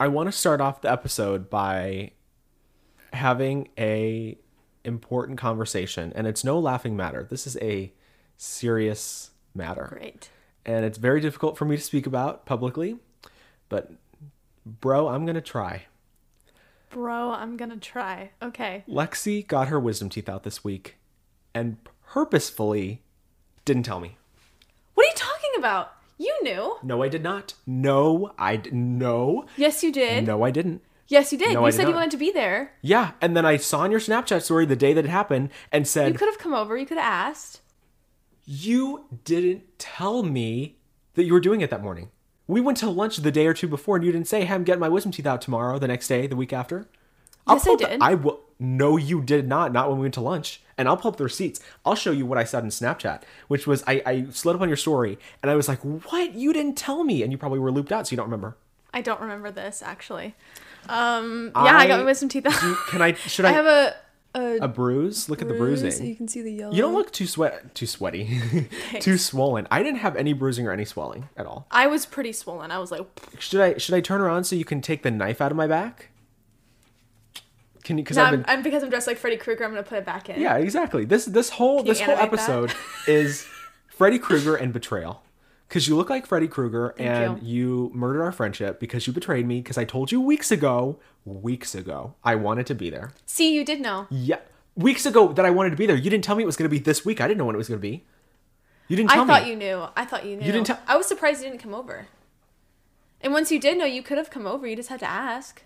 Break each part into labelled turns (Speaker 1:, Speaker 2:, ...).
Speaker 1: I want to start off the episode by having a important conversation, and it's no laughing matter. This is a serious matter,
Speaker 2: Great.
Speaker 1: and it's very difficult for me to speak about publicly. But, bro, I'm gonna try.
Speaker 2: Bro, I'm gonna try. Okay.
Speaker 1: Lexi got her wisdom teeth out this week, and purposefully didn't tell me.
Speaker 2: What are you talking about? You knew.
Speaker 1: No, I did not. No, I d- no.
Speaker 2: Yes, you did.
Speaker 1: No, I didn't.
Speaker 2: Yes, you did.
Speaker 1: No,
Speaker 2: you
Speaker 1: I did
Speaker 2: said you
Speaker 1: not.
Speaker 2: wanted to be there.
Speaker 1: Yeah, and then I saw in your Snapchat story the day that it happened and
Speaker 2: You
Speaker 1: said,
Speaker 2: could have come over. You could have asked.
Speaker 1: You didn't tell me that you were doing it that morning. We went to lunch the day or two before, and you didn't say, Hey, I'm getting my wisdom teeth out tomorrow, the next day, the week after. I'll
Speaker 2: Yes,
Speaker 1: pull
Speaker 2: I
Speaker 1: up the-
Speaker 2: did.
Speaker 1: I will. No, you did not. Not when we went to lunch. And I'll pull up the receipts. I'll show you what I said in Snapchat, which was I, I slid up on your story, and I was like, What? You didn't tell me. And you probably were looped out, so you don't remember.
Speaker 2: I don't remember this actually. Um. Yeah, I,
Speaker 1: I-
Speaker 2: got my wisdom teeth out.
Speaker 1: Do you- Can I? Should
Speaker 2: I
Speaker 1: I?
Speaker 2: have a a
Speaker 1: a bruise. Look at the
Speaker 2: bruise,
Speaker 1: bruising.
Speaker 2: You can see the yellow.
Speaker 1: You don't look too sweat too sweaty, too swollen. I didn't have any bruising or any swelling at all.
Speaker 2: I was pretty swollen. I was like,
Speaker 1: Should I should I turn around so you can take the knife out of my back? Can you? Because
Speaker 2: no,
Speaker 1: I've
Speaker 2: I'm,
Speaker 1: been.
Speaker 2: I'm because I'm dressed like Freddy Krueger. I'm gonna put it back in.
Speaker 1: yeah, exactly. This this whole
Speaker 2: you
Speaker 1: this whole
Speaker 2: animate that?
Speaker 1: episode is Freddy Krueger and betrayal. Because you look like Freddy Krueger and you. murdered our friendship because you betrayed me. Because I told you weeks ago, weeks ago, I wanted to be there.
Speaker 2: See, you did know.
Speaker 1: Yeah, weeks ago that I wanted to be there. You didn't tell me it was going to be this week. I didn't know when it was going to be. You didn't tell
Speaker 2: I
Speaker 1: me.
Speaker 2: thought you knew. I thought you knew.
Speaker 1: didn't tell-
Speaker 2: I was surprised you didn't come over. And once you did know, you could have come over. You just had to ask.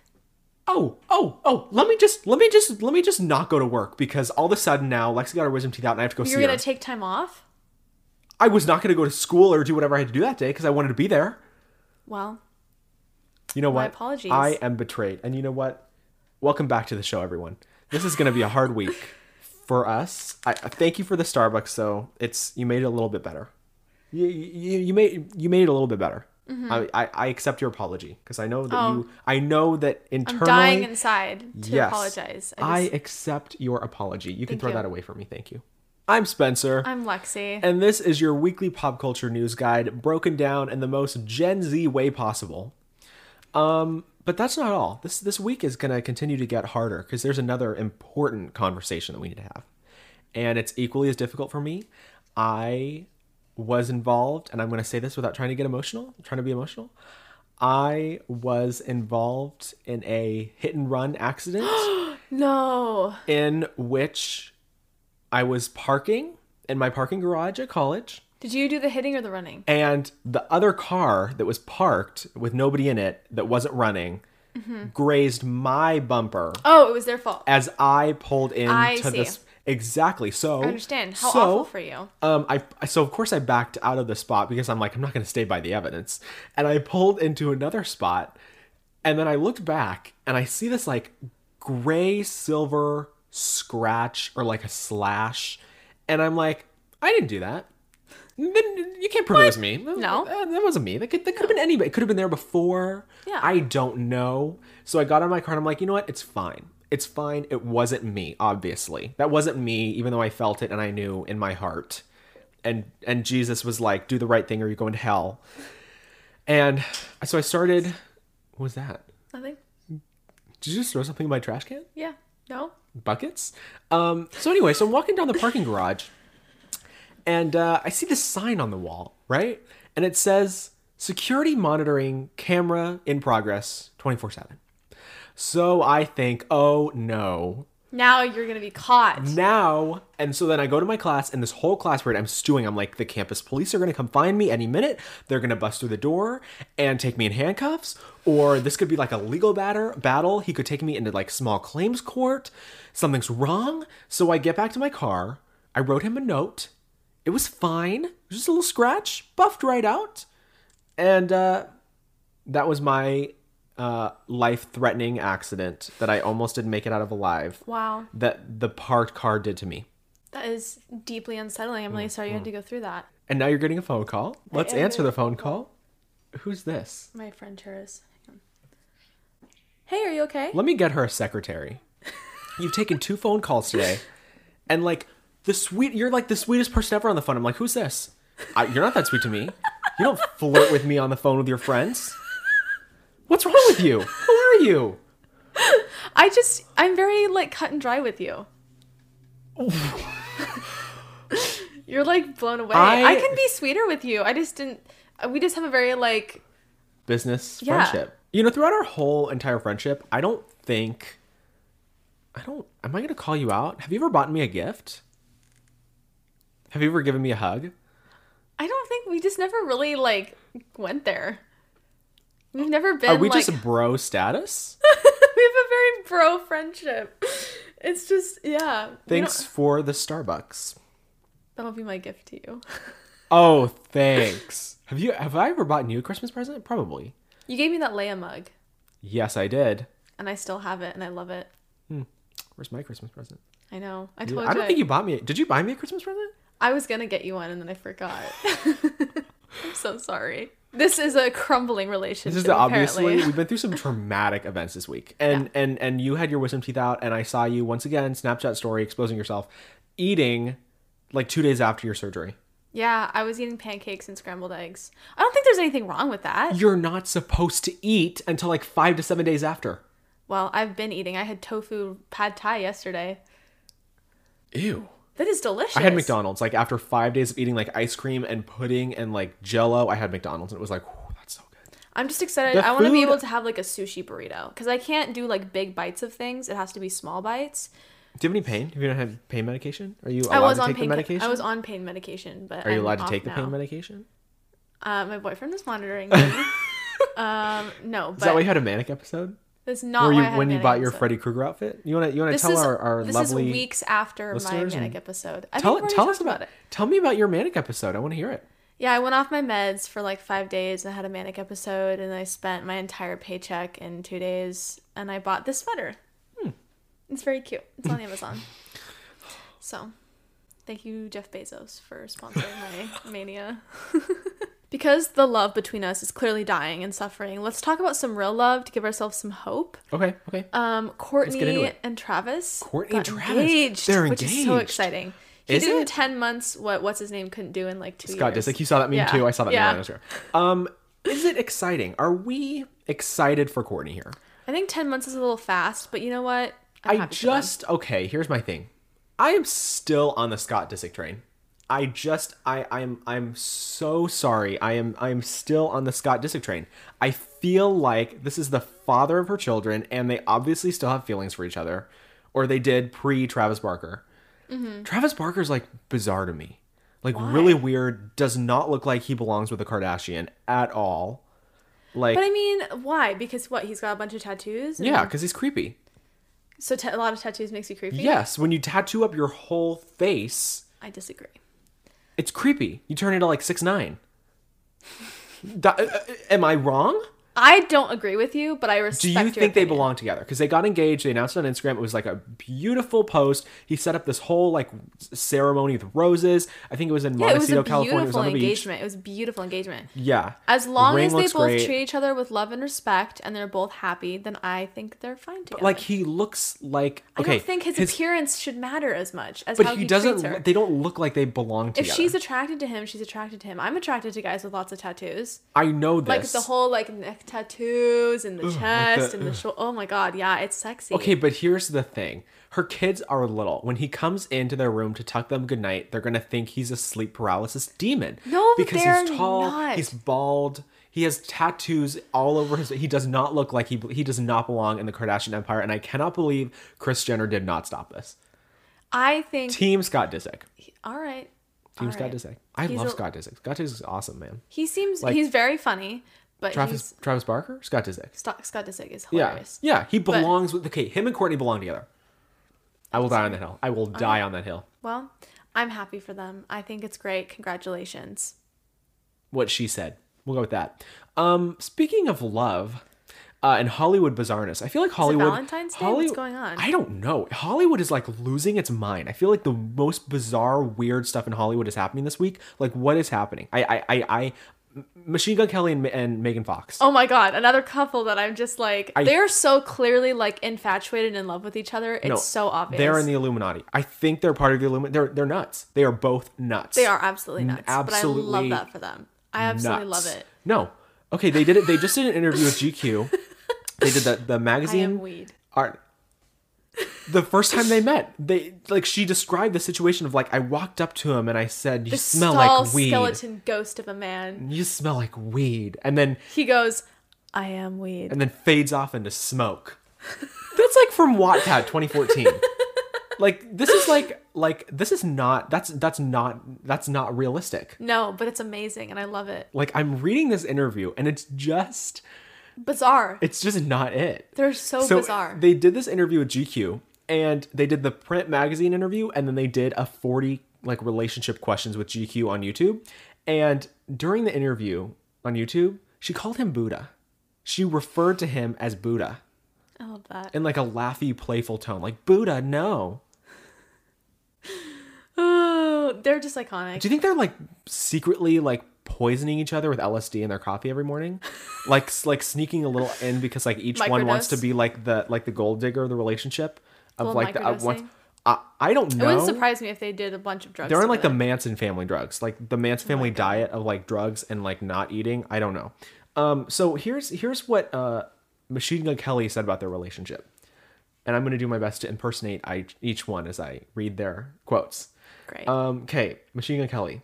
Speaker 1: oh, oh, oh, let me just, let me just, let me just not go to work because all of a sudden now Lexi got her wisdom teeth out and I have to go
Speaker 2: You
Speaker 1: see
Speaker 2: were
Speaker 1: her.
Speaker 2: gonna take time off.
Speaker 1: I was not going to go to school or do whatever I had to do that day because I wanted to be there.
Speaker 2: Well,
Speaker 1: You know
Speaker 2: My
Speaker 1: what?
Speaker 2: apologies.
Speaker 1: I am betrayed. And you know what? Welcome back to the show, everyone. This is going to be a hard week for us. I I thank you for the Starbucks, though. It's you made it a little bit better. You you, you made you made it a little bit better.
Speaker 2: Mm-hmm.
Speaker 1: I, I I accept your apology because I know that you I know that
Speaker 2: Oh. I'm
Speaker 1: internally
Speaker 2: dying inside to
Speaker 1: yes,
Speaker 2: apologize.
Speaker 1: I,
Speaker 2: I just,
Speaker 1: accept your apology. You can
Speaker 2: Thank
Speaker 1: throw
Speaker 2: you.
Speaker 1: that away for me. Thank you. I'm Spencer.
Speaker 2: I, am Lexi.
Speaker 1: And this is your weekly pop culture news guide, broken down in the most Gen Z way possible. Um, but that's not all. This this week is going to continue to get harder because there's another important conversation that we need to have, and it's equally as difficult for me. I was involved, and I'm going to say this without trying to get emotional, trying to be emotional. I was involved in a hit and run accident
Speaker 2: no.
Speaker 1: in which I was parking in my parking garage at college,
Speaker 2: Did you do the hitting or the running?
Speaker 1: and the other car that was parked with nobody in it that wasn't running grazed my bumper
Speaker 2: Oh, it was their fault.
Speaker 1: as I pulled into
Speaker 2: I see.
Speaker 1: this. Exactly. So
Speaker 2: I understand. How
Speaker 1: so,
Speaker 2: awful for you.
Speaker 1: um, I I- so of course I backed out of the spot because I'm like I'm not going to stay by the evidence, and I pulled into another spot, and then I looked back and I see this like gray silver scratch or like a slash, and I'm like I didn't do that. Then you can't prove it was me. Uh,
Speaker 2: No.
Speaker 1: Eh, that, that wasn't me. That could that could have been anybody. It could have been there before.
Speaker 2: Yeah.
Speaker 1: I don't know. So I got on my car and I'm like, you know what? It's fine. It's fine. It wasn't me, obviously. That wasn't me, even though I felt it and I knew in my heart. And and Jesus was like, do the right thing or you're going to hell. And so I started what was that?
Speaker 2: Nothing.
Speaker 1: Did you just throw something in my trash can?
Speaker 2: Yeah. No.
Speaker 1: buckets. Um, so anyway, so I'm walking down the parking garage, and uh, I see this sign on the wall, right? And it says "Security monitoring camera in progress, 24/7." So I think, oh no,
Speaker 2: Now you're gonna be caught.
Speaker 1: Mm. now and so then i go to my class and this whole class period i'm stewing i'm like the campus police are going to come find me any minute they're going to bust through the door and take me in handcuffs or this could be like a legal batter battle he could take me into like small claims court something's wrong so i get back to my car i wrote him a note it was fine it was just a little scratch buffed right out and uh that was my uh, life-threatening accident that I almost didn't make it out of alive
Speaker 2: Wow.
Speaker 1: that the parked car did to me.
Speaker 2: That is deeply unsettling. I'm really sorry you had
Speaker 1: Mm-hmm.
Speaker 2: to go through that.
Speaker 1: And now you're getting a phone call. Let's
Speaker 2: am
Speaker 1: answer
Speaker 2: getting
Speaker 1: the phone call. Who's this?
Speaker 2: My friend Charis. Hang on. Hey, are you okay?
Speaker 1: Let me get her a secretary. You've taken two phone calls today, and like the sweet, you're like the sweetest person ever on the phone. I'm like, who's this? I, you're not that sweet to me. You don't flirt with me on the phone with your friends. What's wrong with you? Who are you?
Speaker 2: I just, I'm very like cut and dry with you. You're like blown away. I,
Speaker 1: I-
Speaker 2: can be sweeter with you. I just didn't. We just have a very like.
Speaker 1: Business,
Speaker 2: Yeah.
Speaker 1: friendship. You know, throughout our whole entire friendship, I don't think. I don't. Am I going to call you out? Have you ever bought me a gift? Have you ever given me a hug?
Speaker 2: I don't think we just never really like went there. We've never been.
Speaker 1: Are we
Speaker 2: like,
Speaker 1: just bro status?
Speaker 2: we have a very bro friendship. It's just yeah. we don't-
Speaker 1: Thanks for the Starbucks.
Speaker 2: That'll be my gift to you.
Speaker 1: Oh, thanks. have you? Have I ever bought you a Christmas present? Probably.
Speaker 2: You gave me that Leia mug,
Speaker 1: Yes, I did.
Speaker 2: and I still have it, and I love it.
Speaker 1: Where's my Christmas present?
Speaker 2: I know. I
Speaker 1: You-
Speaker 2: told
Speaker 1: I
Speaker 2: you.
Speaker 1: don't
Speaker 2: I,
Speaker 1: think you bought me. Did you buy me a Christmas present?
Speaker 2: I was gonna get you one, and then I forgot. I'm so sorry. This is a crumbling relationship.
Speaker 1: This is the obviously
Speaker 2: apparently.
Speaker 1: we've been through some traumatic events this week, and and and you had your wisdom teeth out, and I saw you once again Snapchat story exposing yourself eating like two days after your surgery.
Speaker 2: Yeah, I was eating pancakes and scrambled eggs. I don't think there's anything wrong with that.
Speaker 1: You're not supposed to eat until like five to seven days after.
Speaker 2: Well, I've been eating. I had tofu pad thai yesterday.
Speaker 1: Ew.
Speaker 2: That is delicious.
Speaker 1: I had McDonald's like after five days of eating like ice cream and pudding and like Jello. I had McDonald's and it was like "Whew, that's so good.
Speaker 2: I'm just excited.
Speaker 1: The
Speaker 2: I want to be
Speaker 1: food-
Speaker 2: able to have like a sushi burrito because I can't do like big bites of things. It has to be small bites.
Speaker 1: Do you have any pain? Have you not had pain medication? Are you allowed
Speaker 2: I was
Speaker 1: to
Speaker 2: on
Speaker 1: take
Speaker 2: pain.
Speaker 1: the medication?
Speaker 2: I was on pain medication, but
Speaker 1: Are you
Speaker 2: I'm
Speaker 1: allowed to
Speaker 2: off
Speaker 1: take the
Speaker 2: now.
Speaker 1: pain medication?
Speaker 2: Uh, my boyfriend was monitoring me. um, no,
Speaker 1: Is that why
Speaker 2: but
Speaker 1: you had a manic episode?
Speaker 2: that's not
Speaker 1: Were
Speaker 2: why
Speaker 1: you
Speaker 2: Oh, I had a
Speaker 1: when you
Speaker 2: manic
Speaker 1: bought your
Speaker 2: episode.
Speaker 1: Freddy Krueger outfit? You want to you want to
Speaker 2: This
Speaker 1: tell
Speaker 2: is
Speaker 1: our our
Speaker 2: this
Speaker 1: lovely
Speaker 2: is weeks after my
Speaker 1: listeners and-
Speaker 2: manic episode. I
Speaker 1: tell
Speaker 2: think we already
Speaker 1: tell us
Speaker 2: talked
Speaker 1: about, it. Tell me about your manic episode. I want to hear it.
Speaker 2: Yeah, I went off my meds for like five days. And I had a manic episode, and I spent my entire paycheck in two days. And I bought this sweater.
Speaker 1: Hmm.
Speaker 2: It's very cute. It's on Amazon. So, thank you, Jeff Bezos, for sponsoring my mania. because the love between us is clearly dying and suffering, let's talk about some real love to give ourselves some hope.
Speaker 1: Okay, okay.
Speaker 2: Um,
Speaker 1: get into
Speaker 2: Courtney
Speaker 1: it.
Speaker 2: and Travis.
Speaker 1: Courtney
Speaker 2: got
Speaker 1: and Travis.
Speaker 2: Engaged,
Speaker 1: They're
Speaker 2: Which is so
Speaker 1: engaged.
Speaker 2: exciting. He
Speaker 1: Is
Speaker 2: did in
Speaker 1: it?
Speaker 2: ten months what what's his name couldn't do in like two
Speaker 1: Scott
Speaker 2: years.
Speaker 1: Disick, you saw that meme
Speaker 2: Yeah.
Speaker 1: too. I saw that
Speaker 2: Yeah.
Speaker 1: meme on Instagram. Um, is it exciting? Are we excited for Courtney here?
Speaker 2: I think 10 months is a little fast, but you know what?
Speaker 1: I
Speaker 2: happy for them.
Speaker 1: just okay. Here's my thing. I am still on the Scott Disick train. I just I I'm I'm so sorry. I am I am still on the Scott Disick train. I feel like this is the father of her children, and they obviously still have feelings for each other, or they did pre Travis Barker.
Speaker 2: Mm-hmm.
Speaker 1: Travis Barker's like bizarre to me. Like really weird. Does not look like he belongs with a Kardashian at all. Like
Speaker 2: But I mean, why? Because what? He's got a bunch of tattoos? and-
Speaker 1: yeah, because he's creepy.
Speaker 2: So ta- a lot of tattoos makes you creepy?
Speaker 1: Yes, when you tattoo up your whole face,
Speaker 2: I disagree.
Speaker 1: It's creepy. You turn into like six nine. uh, am I wrong?
Speaker 2: I don't agree with you, but I
Speaker 1: Do
Speaker 2: respect
Speaker 1: you
Speaker 2: your
Speaker 1: think they
Speaker 2: opinion.
Speaker 1: belong together? Because they got engaged. They announced it on Instagram. It was like a beautiful post. He set up this whole like c- ceremony with roses. I think it was in
Speaker 2: Yeah, it was
Speaker 1: Montecito,
Speaker 2: a
Speaker 1: California. It was
Speaker 2: beautiful
Speaker 1: on the beach.
Speaker 2: engagement. It was a beautiful engagement.
Speaker 1: Yeah.
Speaker 2: As long
Speaker 1: Ring
Speaker 2: as they
Speaker 1: looks
Speaker 2: both
Speaker 1: great.
Speaker 2: treat each other with love and respect and they're both happy, then I think they're fine together.
Speaker 1: like he looks like okay.
Speaker 2: I don't think his, appearance should matter as much as how
Speaker 1: but
Speaker 2: he,
Speaker 1: he
Speaker 2: treats her.
Speaker 1: doesn't. They don't look like they belong
Speaker 2: if
Speaker 1: together.
Speaker 2: she's attracted to him, she's attracted to him. I'm attracted to guys with lots of tattoos.
Speaker 1: I know this.
Speaker 2: like the whole like neck tattoos and the chest
Speaker 1: the-
Speaker 2: and the shoulder. Oh my god, yeah, it's sexy.
Speaker 1: Okay, but here's the thing. Her kids are little. When he comes into their room to tuck them goodnight, they're gonna think he's a sleep paralysis demon.
Speaker 2: No,
Speaker 1: because
Speaker 2: they're
Speaker 1: he's tall,
Speaker 2: not.
Speaker 1: he's bald, he has tattoos all over his. He does not look like he he does not belong in the Kardashian empire, and I cannot believe Chris Jenner did not stop this.
Speaker 2: I think.
Speaker 1: Team Scott Disick.
Speaker 2: all right.
Speaker 1: Team
Speaker 2: all
Speaker 1: Scott
Speaker 2: right.
Speaker 1: Disick. I
Speaker 2: He's
Speaker 1: love
Speaker 2: a-
Speaker 1: Scott Disick. Scott Disick's awesome, man.
Speaker 2: He seems
Speaker 1: Like-
Speaker 2: he's very funny, but
Speaker 1: Travis Travis Barker, Scott Disick.
Speaker 2: he's Scott, Scott Disick is
Speaker 1: Yeah,
Speaker 2: hilarious.
Speaker 1: yeah. He belongs with okay. Him and Courtney belong together. I will die on that hill. I will die on that hill.
Speaker 2: Well, I'm happy for them. I think it's great. Congratulations.
Speaker 1: what she said. We'll go with that. Um, speaking of love uh, and Hollywood bizarreness, I feel like Hollywood.
Speaker 2: Valentine's Day? What's going on?
Speaker 1: I don't know. Hollywood is like losing its mind. I feel like the most bizarre, weird stuff in Hollywood is happening this week. Like, what is happening? I, I, I, I M- Machine Gun Kelly and, and Megan Fox.
Speaker 2: Oh my god, another couple that I'm just like they're so clearly like infatuated and in love with each other. It's
Speaker 1: No,
Speaker 2: so obvious.
Speaker 1: They're in the Illuminati. I think they're part of the Illuminati. They're they're nuts. They are both nuts.
Speaker 2: They are absolutely nuts. But I
Speaker 1: absolutely
Speaker 2: love that for them. I absolutely
Speaker 1: nuts.
Speaker 2: love it.
Speaker 1: No, Okay, they did it. They just did an interview with GQ. They did the the
Speaker 2: I am
Speaker 1: magazine
Speaker 2: weed.
Speaker 1: art. The first time they met, they like she described the situation of like I walked up to him and I said, "You
Speaker 2: The
Speaker 1: smell
Speaker 2: stall
Speaker 1: like weed.
Speaker 2: skeleton ghost of a man.
Speaker 1: You smell like weed." And then
Speaker 2: He goes, I am weed.
Speaker 1: and then fades off into smoke. That's like from Wattpad 2014. like this is like like this is not that's that's not that's not realistic.
Speaker 2: No, but it's amazing and I love it.
Speaker 1: Like I'm reading this interview and it's just
Speaker 2: Bizarre.
Speaker 1: it's just not it.
Speaker 2: They're so, Oh, bizarre.
Speaker 1: They did this interview with GQ and they did the print magazine interview and then they did a 40 like relationship questions with GQ on YouTube. And during the interview on YouTube, she called him Buddha. She referred to him as Buddha
Speaker 2: I love that.
Speaker 1: in like a laughy, playful tone, like Buddha, no.
Speaker 2: Oh, they're just iconic.
Speaker 1: Do you think they're like secretly like poisoning each other with LSD in their coffee every morning, like s- like sneaking a little in because like each one wants to
Speaker 2: Microdose?
Speaker 1: be like the like the gold digger of the relationship of
Speaker 2: Little
Speaker 1: like the uh,
Speaker 2: microdosing?
Speaker 1: one. I, I don't
Speaker 2: It wouldn't
Speaker 1: know.
Speaker 2: surprise me if they did a bunch of Oh drugs.
Speaker 1: They're on like the
Speaker 2: together.
Speaker 1: Manson family drugs, like the Manson family diet of like drugs and like not eating. I don't know. Um, so here's here's what uh, Machine Gun Kelly said about their relationship, and I'm gonna do my best to impersonate I, each one as I read their quotes.
Speaker 2: Great.
Speaker 1: Um, okay, Machine Gun Kelly.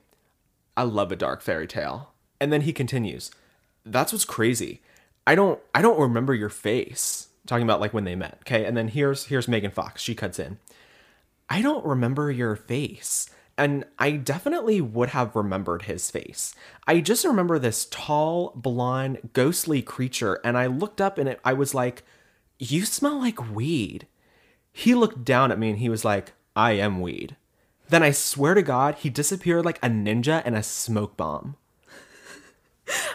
Speaker 1: I love a dark fairy tale. And then he continues, "That's what's crazy. I don't I don't remember your face." Talking about like when they met. Okay, and then here's here's Megan Fox. She cuts in. I don't remember your face. And I definitely would have remembered his face. I just remember this tall, blonde, ghostly creature, and I looked up and it, I was like, You smell like weed. He looked down at me and he was like, I am weed. Then I swear to God, he disappeared like a ninja and a smoke bomb.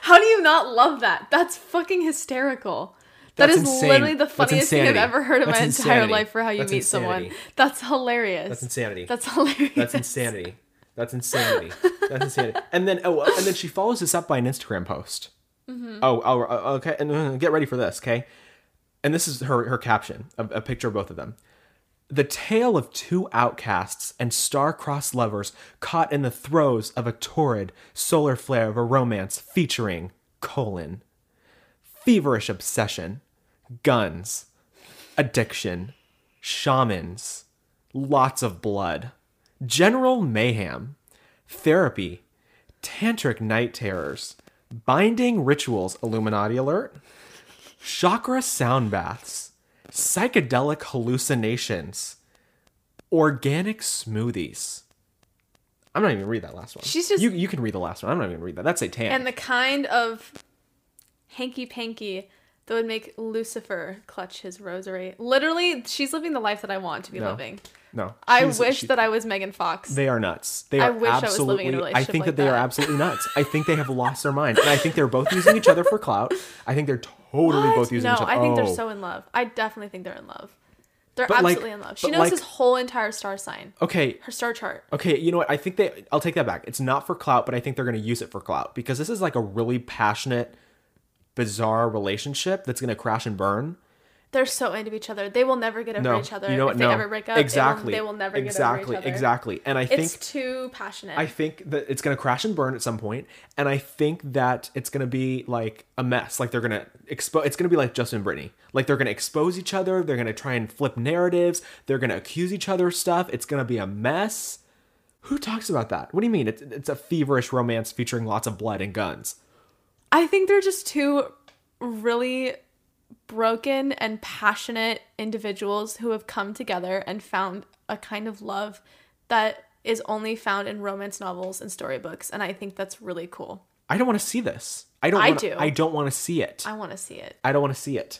Speaker 2: How do you not love that? That's fucking hysterical. That's
Speaker 1: That's insane.
Speaker 2: literally the
Speaker 1: That's
Speaker 2: funniest thing I've
Speaker 1: insanity.
Speaker 2: ever heard in
Speaker 1: That's
Speaker 2: my entire
Speaker 1: insanity.
Speaker 2: life for how you
Speaker 1: That's
Speaker 2: meet someone.
Speaker 1: insanity.
Speaker 2: That's hilarious.
Speaker 1: That's insanity.
Speaker 2: That's hilarious.
Speaker 1: That's insanity. That's insanity. That's insanity. And then oh, and then she follows this up by an Instagram post. Oh, oh, oh, okay. And uh, get ready for this, okay? And this is her her caption, a, a picture of both of them. The tale of two outcasts and star-crossed lovers caught in the throes of a torrid solar flare of a romance featuring colon, feverish obsession, guns, addiction, shamans, lots of blood, general mayhem, therapy, tantric night terrors, binding rituals, Illuminati alert, chakra sound baths, psychedelic hallucinations, organic smoothies. I'm not even gonna read that last one.
Speaker 2: She's just-
Speaker 1: you. You can read the last one. I'm not even gonna read that. That's satanic.
Speaker 2: And the kind of hanky panky that would make Lucifer clutch his rosary. Literally, she's living the life that I want to be
Speaker 1: No.
Speaker 2: living.
Speaker 1: no,
Speaker 2: I
Speaker 1: she's-
Speaker 2: wish
Speaker 1: she-
Speaker 2: that I was Megan Fox.
Speaker 1: They are nuts. They are
Speaker 2: I wish I was
Speaker 1: absolutely.
Speaker 2: living in a
Speaker 1: I
Speaker 2: relationship
Speaker 1: think
Speaker 2: like
Speaker 1: that they are
Speaker 2: that.
Speaker 1: absolutely nuts. I think they have lost their mind, and I think they're both using each other for clout. I think they're totally
Speaker 2: What?
Speaker 1: both using
Speaker 2: no,
Speaker 1: each other.
Speaker 2: I think
Speaker 1: Oh.
Speaker 2: they're so in love. I definitely think they're in love. They're
Speaker 1: But, like-
Speaker 2: absolutely in love. She
Speaker 1: but,
Speaker 2: knows
Speaker 1: like-
Speaker 2: his whole entire star sign,
Speaker 1: okay.
Speaker 2: her star chart.
Speaker 1: Okay, you know what? I think they. I'll take that back. It's not for clout, but I think they're going to use it for clout because this is like a really passionate, bizarre relationship that's going to crash and burn.
Speaker 2: They're so into each other. They will never get over
Speaker 1: No,
Speaker 2: each other.
Speaker 1: you know what?
Speaker 2: if
Speaker 1: no,
Speaker 2: they ever break up,
Speaker 1: exactly.
Speaker 2: they will, they will never
Speaker 1: exactly,
Speaker 2: get over each other.
Speaker 1: exactly. And I think
Speaker 2: It's too passionate.
Speaker 1: I think that it's going to crash and burn at some point, and I think that it's going to be like a mess. Like they're going to expose. It's going to be like Justin and Brittany. Like they're going to expose each other. They're going to try and flip narratives. They're going to accuse each other of stuff. It's going to be a mess. Who talks about that? What do you mean? It's it's a feverish romance featuring lots of blood and guns.
Speaker 2: I think they're just two really broken and passionate individuals who have come together and found a kind of love that is only found in romance novels and storybooks. And I think that's really cool.
Speaker 1: I don't want to see this. I don't.
Speaker 2: I
Speaker 1: wanna,
Speaker 2: do.
Speaker 1: I don't want to see it.
Speaker 2: I want to see it.
Speaker 1: I don't want to see it.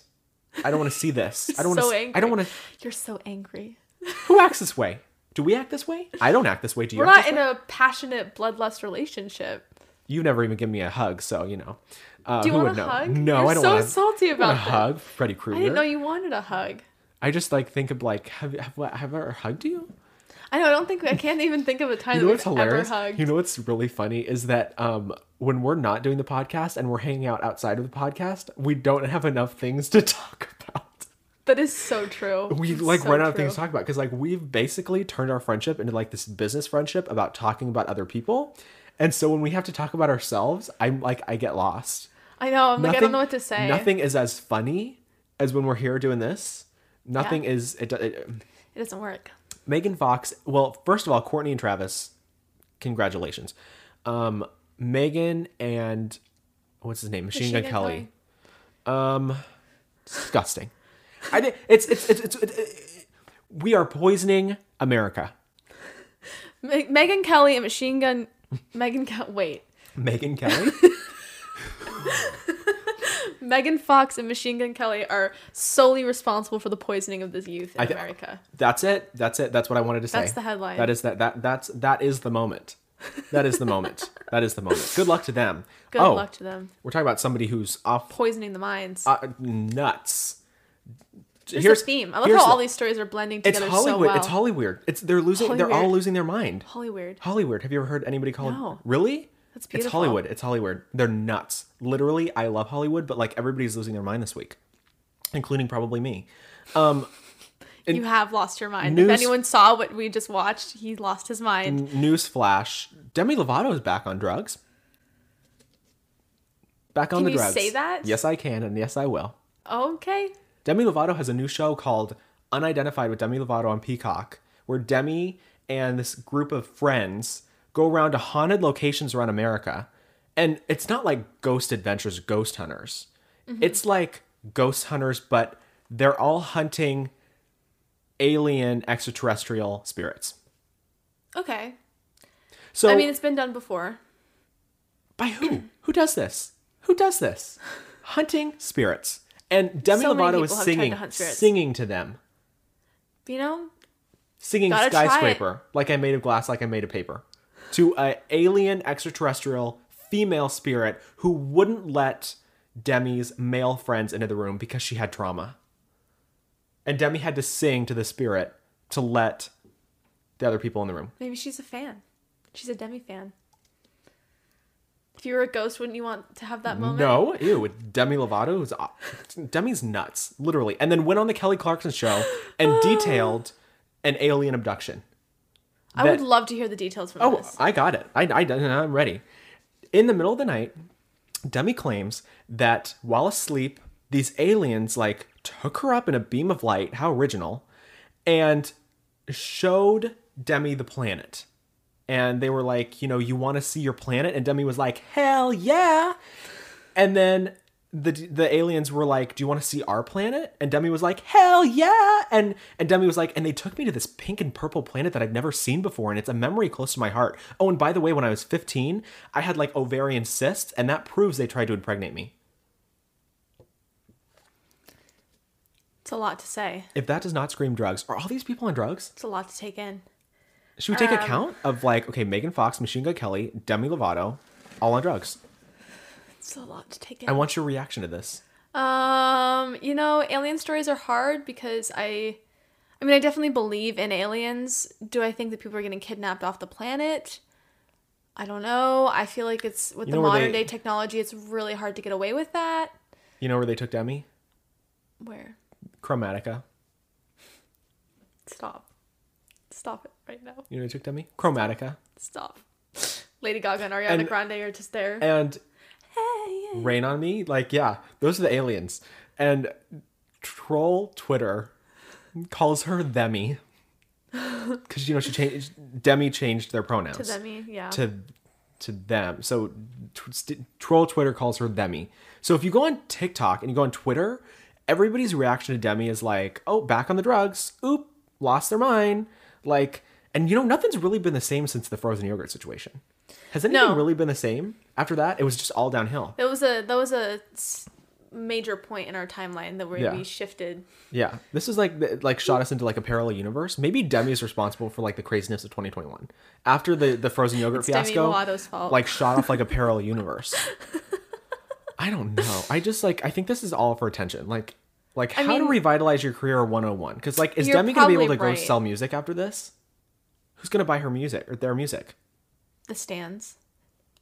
Speaker 1: I don't want to see this. I don't want to.
Speaker 2: so
Speaker 1: I don't
Speaker 2: angry.
Speaker 1: want to.
Speaker 2: You're so angry.
Speaker 1: Who acts this way? Do we act this way? I don't act this way. Do you?
Speaker 2: We're
Speaker 1: act
Speaker 2: not in a passionate bloodlust relationship.
Speaker 1: You've never even given me a hug, so you know. Uh,
Speaker 2: Do you
Speaker 1: who
Speaker 2: want
Speaker 1: would
Speaker 2: a
Speaker 1: know?
Speaker 2: hug?
Speaker 1: No,
Speaker 2: You're
Speaker 1: I don't
Speaker 2: so
Speaker 1: want a,
Speaker 2: salty
Speaker 1: I
Speaker 2: about
Speaker 1: don't want a
Speaker 2: this.
Speaker 1: hug. Freddy Krueger.
Speaker 2: I
Speaker 1: I,
Speaker 2: didn't know you wanted a hug.
Speaker 1: just like think of like have have, what- have I ever hugged you?
Speaker 2: I know. I don't think I can't even think of a time
Speaker 1: You know
Speaker 2: that we've
Speaker 1: what's hilarious?
Speaker 2: ever hugged.
Speaker 1: You know what's really funny is that um when we're not doing the podcast and we're hanging out outside of the podcast, we don't have enough things to talk about.
Speaker 2: that is so true.
Speaker 1: We
Speaker 2: It's
Speaker 1: like
Speaker 2: so
Speaker 1: run out of
Speaker 2: true.
Speaker 1: things to talk about because like we've basically turned our friendship into like this business friendship about talking about other people, and so when we have to talk about ourselves, I'm like I get lost.
Speaker 2: I know. I'm like, I don't know what to say.
Speaker 1: Nothing is as funny as when we're here doing this. Nothing is. It, do- it,
Speaker 2: It doesn't work.
Speaker 1: Megan Fox. Well, first of all, Courtney and Travis, congratulations. Um, Megan and what's his name, Machine, Gun,
Speaker 2: Machine Gun
Speaker 1: Kelly. Um, disgusting. I did. It's it's it's, it's it, it- we are poisoning America.
Speaker 2: Me- Megan Kelly and Machine Gun. Megan Ke- Wait.
Speaker 1: Megan Kelly.
Speaker 2: Megan Fox and Machine Gun Kelly are solely responsible for the poisoning of this youth in
Speaker 1: thi-
Speaker 2: America.
Speaker 1: That's it. That's it. That's what I wanted to say.
Speaker 2: That's the headline.
Speaker 1: That is that that that's that is the moment. That is the moment. that is the moment. Good luck to them.
Speaker 2: Good
Speaker 1: oh,
Speaker 2: luck to them.
Speaker 1: We're talking about somebody who's off
Speaker 2: Poisoning the minds.
Speaker 1: uh, nuts.
Speaker 2: There's
Speaker 1: here's
Speaker 2: a theme. I love
Speaker 1: here's
Speaker 2: how
Speaker 1: the-
Speaker 2: all these stories are blending
Speaker 1: It's
Speaker 2: together
Speaker 1: Hollywood.
Speaker 2: so well.
Speaker 1: It's Hollywood. It's they're losing. They're all
Speaker 2: Hollyweird.
Speaker 1: losing their mind.
Speaker 2: Hollyweird.
Speaker 1: Hollywood. Have you ever heard anybody call it?
Speaker 2: No.
Speaker 1: Really?
Speaker 2: That's
Speaker 1: It's
Speaker 2: beautiful.
Speaker 1: Hollywood. It's Hollywood. They're nuts. Literally, I love Hollywood, but like everybody's losing their mind this week, including probably me. And-
Speaker 2: you have lost your mind.
Speaker 1: News-
Speaker 2: If anyone saw what we just watched, he lost his mind.
Speaker 1: Newsflash: Demi Lovato is back on drugs. Back on
Speaker 2: Can
Speaker 1: the
Speaker 2: you
Speaker 1: drugs.
Speaker 2: say that?
Speaker 1: Yes, I can, and yes, I will.
Speaker 2: Okay.
Speaker 1: Demi Lovato has a new show called Unidentified with Demi Lovato on Peacock, where Demi and this group of friends go around to haunted locations around America. And it's not like ghost adventures, ghost hunters.
Speaker 2: Mm-hmm.
Speaker 1: It's like ghost hunters, but they're all hunting alien extraterrestrial spirits.
Speaker 2: Okay.
Speaker 1: So
Speaker 2: I mean, it's been done before.
Speaker 1: by who? who does this? Who does this? Hunting spirits. And Demi
Speaker 2: So many
Speaker 1: Lovato
Speaker 2: people
Speaker 1: is
Speaker 2: have tried to
Speaker 1: singing
Speaker 2: hunt spirits.
Speaker 1: singing to them.
Speaker 2: You know?
Speaker 1: singing
Speaker 2: Gotta try it.
Speaker 1: skyscraper like i made of glass like i made of paper to a alien extraterrestrial female spirit who wouldn't let demi's male friends into the room because she had trauma and demi had to sing to the spirit to let the other people in the room
Speaker 2: Maybe she's a fan. She's a demi fan. If you were a ghost, wouldn't you want to have
Speaker 1: Mm.
Speaker 2: that moment?
Speaker 1: no ew demi lovato is aw- demi's nuts literally and then went on the kelly clarkson show and detailed an alien abduction
Speaker 2: I
Speaker 1: that-
Speaker 2: would love to hear the details from
Speaker 1: Oh,
Speaker 2: this.
Speaker 1: I got it. I, I, I'm ready. In the middle of the night, Demi claims that while asleep, these aliens like took her up in a beam of light. How original! And showed Demi the planet. And they were like, you know, you want to see your planet? And Demi was like, hell yeah! And then the the aliens were like, "Do you want to see our planet?" And Demi was like, "Hell yeah!" And and Demi was like, "And they took me to this pink and purple planet that I've never seen before, and it's a memory close to my heart." Oh, and by the way, when I was 15, I had like ovarian cysts, and that proves they tried to impregnate me.
Speaker 2: It's a lot to say.
Speaker 1: If that does not scream drugs, are all these people on drugs?
Speaker 2: It's a lot to take in.
Speaker 1: Should we take account of like, okay, Megan Fox, Machine Gun Kelly, Demi Lovato, all on drugs?
Speaker 2: It's a lot to take
Speaker 1: I
Speaker 2: in.
Speaker 1: want your reaction to this.
Speaker 2: Um, you know, alien stories are hard because I I mean, I definitely believe in aliens. Do I think that people are getting kidnapped off the planet? I don't know. I feel like it's with
Speaker 1: You
Speaker 2: the
Speaker 1: know where
Speaker 2: modern
Speaker 1: they-
Speaker 2: day technology, it's really hard to get away with that.
Speaker 1: You know where they took Demi?
Speaker 2: Where?
Speaker 1: Chromatica.
Speaker 2: Stop. Stop it right now.
Speaker 1: You know where they took Demi? Chromatica.
Speaker 2: Stop. Lady Gaga and Ariana
Speaker 1: And-
Speaker 2: Grande are just there.
Speaker 1: And
Speaker 2: hey, yeah.
Speaker 1: rain on me like yeah those are the aliens and troll twitter calls her themmy because you know she changed demi changed their pronouns
Speaker 2: to them, yeah.
Speaker 1: to to them so tw- st- troll twitter calls her themmy so if you go on tiktok and you go on twitter everybody's reaction to demi is like oh back on the drugs oop lost their mind like and you know nothing's really been the same since the frozen yogurt situation has anything
Speaker 2: No.
Speaker 1: really been the same after that it was just all downhill
Speaker 2: that was a that was a s- major point in our timeline that where
Speaker 1: Yeah.
Speaker 2: we shifted
Speaker 1: Yeah, this is like th- like shot us into like a parallel universe. Maybe Demi is responsible for like the craziness of 2021 after the the frozen yogurt
Speaker 2: Demi
Speaker 1: fiasco.
Speaker 2: Lovato's fault.
Speaker 1: Like shot off like a parallel universe. I don't know. I just like I think this is all for attention. Like like how to
Speaker 2: mean-
Speaker 1: revitalize your career 101 because like is
Speaker 2: You're
Speaker 1: Demi gonna be able to
Speaker 2: probably
Speaker 1: go
Speaker 2: right.
Speaker 1: sell music after this? Who's gonna buy her music or their music?
Speaker 2: the stands.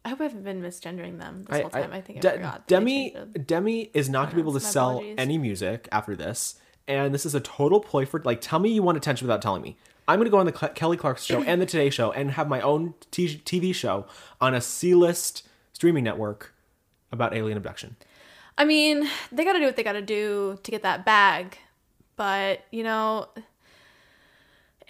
Speaker 2: I hope I haven't been misgendering them this
Speaker 1: I,
Speaker 2: whole time. I,
Speaker 1: I-
Speaker 2: think I
Speaker 1: De-
Speaker 2: forgot. that I
Speaker 1: Demi
Speaker 2: changed them.
Speaker 1: Demi is not going to be able to
Speaker 2: My
Speaker 1: sell
Speaker 2: apologies.
Speaker 1: any music after this, and this is a total ploy for like. Tell me you want attention without telling me. I'm going to go on the Cle- Kelly Clarkson show and the Today Show and have my own t- TV show on a C-list streaming network about alien abduction.
Speaker 2: I mean, they got to do what they got to do to get that bag. But, you know,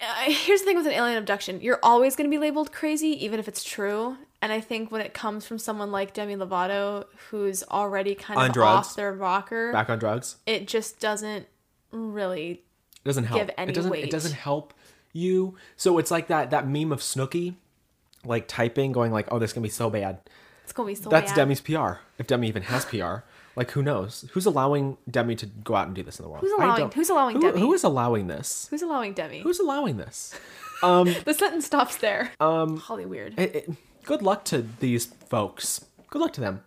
Speaker 2: I- here's the thing with an alien abduction you're always going to be labeled crazy, even if it's true. And I think when it comes from someone like Demi Lovato, who's already kind
Speaker 1: On
Speaker 2: of
Speaker 1: drugs.
Speaker 2: off their rocker,
Speaker 1: Back on drugs.
Speaker 2: it just doesn't really.
Speaker 1: It doesn't help.
Speaker 2: Give any
Speaker 1: it doesn't it
Speaker 2: weight.
Speaker 1: doesn't help you. So it's like that that meme of Snooki like typing going like, "Oh, this is going to be so bad."
Speaker 2: It's going to be so
Speaker 1: That's
Speaker 2: bad.
Speaker 1: Demi's PR. If Demi even has PR, like who knows? Who's allowing Demi to go out and do this in the world?
Speaker 2: Who's
Speaker 1: I
Speaker 2: allowing-
Speaker 1: don't-
Speaker 2: who's allowing
Speaker 1: who-
Speaker 2: Demi?
Speaker 1: Who is allowing this?
Speaker 2: Who's allowing Demi?
Speaker 1: Who's allowing this?
Speaker 2: the sentence stops there. Um, Holly weird.
Speaker 1: It- it- good luck to these folks. Good luck to them.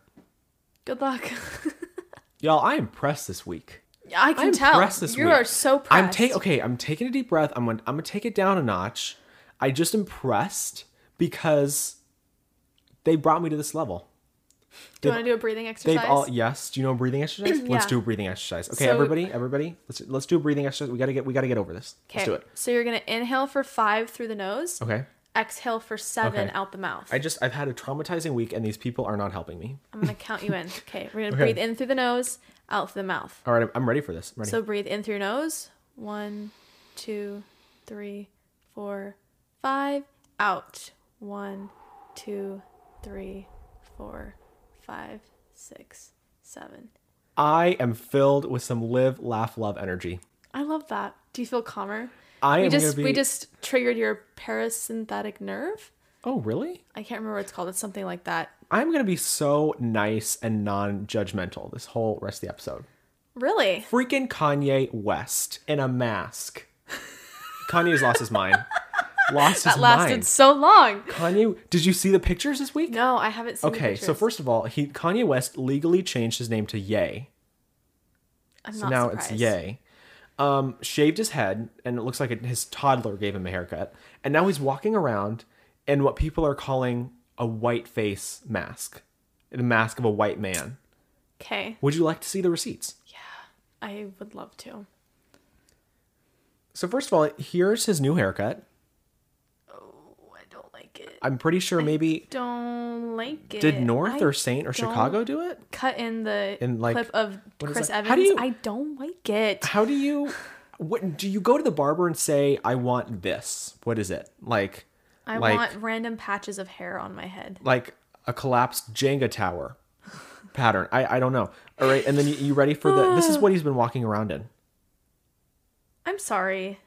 Speaker 2: Good luck.
Speaker 1: Y'all, I am pressed this week.
Speaker 2: I can
Speaker 1: I'm
Speaker 2: tell.
Speaker 1: pressed this
Speaker 2: you
Speaker 1: week.
Speaker 2: are so pressed.
Speaker 1: I'm take okay. I'm taking a deep breath. I'm gonna, I'm gonna take it down a notch. I just impressed because they brought me to this level.
Speaker 2: Do you
Speaker 1: they've-
Speaker 2: want to do a breathing exercise?
Speaker 1: They've all yes. Do you know a breathing exercise? Let's
Speaker 2: Yeah.
Speaker 1: do a breathing exercise. Okay,
Speaker 2: So-
Speaker 1: everybody, everybody, let's let's do a breathing exercise. We gotta get we gotta get over this. Let's do it.
Speaker 2: So you're gonna inhale for five through the nose,
Speaker 1: Okay.
Speaker 2: exhale for seven
Speaker 1: Okay.
Speaker 2: out the mouth.
Speaker 1: I just I've had a traumatizing week and these people are not helping me.
Speaker 2: I'm gonna count you in. Okay, we're gonna
Speaker 1: Okay.
Speaker 2: breathe in through the nose, out through the mouth.
Speaker 1: All right, I'm- I'm ready for this. I'm ready.
Speaker 2: So breathe in through your nose. One, two, three, four, five. Out. One, two, three, four, five, six, seven.
Speaker 1: I am filled with some live, laugh, love energy.
Speaker 2: I love that. Do you feel calmer?
Speaker 1: I
Speaker 2: we
Speaker 1: am
Speaker 2: just
Speaker 1: gonna be.
Speaker 2: we just triggered your parasympathetic nerve.
Speaker 1: oh really?
Speaker 2: I can't remember what it's called. It's something like that.
Speaker 1: I'm gonna be so nice and non-judgmental this whole rest of the episode.
Speaker 2: Really?
Speaker 1: Freaking Kanye West in a mask. Kanye's lost his mind. Lost his
Speaker 2: That lasted
Speaker 1: mind.
Speaker 2: so long.
Speaker 1: Kanye, did you see the pictures this week?
Speaker 2: No, I haven't seen. the
Speaker 1: Okay, so
Speaker 2: pictures.
Speaker 1: first of all, he Kanye West legally changed his name to Ye.
Speaker 2: I'm
Speaker 1: So
Speaker 2: not
Speaker 1: now
Speaker 2: surprised.
Speaker 1: it's Ye. Um, shaved his head, and it looks like it, his toddler gave him a haircut. And now he's walking around in what people are calling a white face mask, the mask of a white man.
Speaker 2: Okay,
Speaker 1: Would you like to see the receipts?
Speaker 2: I would love to.
Speaker 1: So first of all, here's his new haircut.
Speaker 2: Oh, I don't like it.
Speaker 1: I'm pretty sure maybe
Speaker 2: Don't like it.
Speaker 1: did North
Speaker 2: I
Speaker 1: or Saint or
Speaker 2: don't-
Speaker 1: Chicago do it?
Speaker 2: cut in the
Speaker 1: In, like-
Speaker 2: clip of
Speaker 1: what is
Speaker 2: Chris
Speaker 1: that?
Speaker 2: Evans?
Speaker 1: How do you-
Speaker 2: I don't like it.
Speaker 1: How do you? What do you go to the barber and say? I want this. What is it like?
Speaker 2: I
Speaker 1: like,
Speaker 2: want random patches of hair on my head.
Speaker 1: like a collapsed Jenga tower pattern. I, I don't know. All right, and then you, you ready for the? This is what he's been walking around in.
Speaker 2: I'm sorry.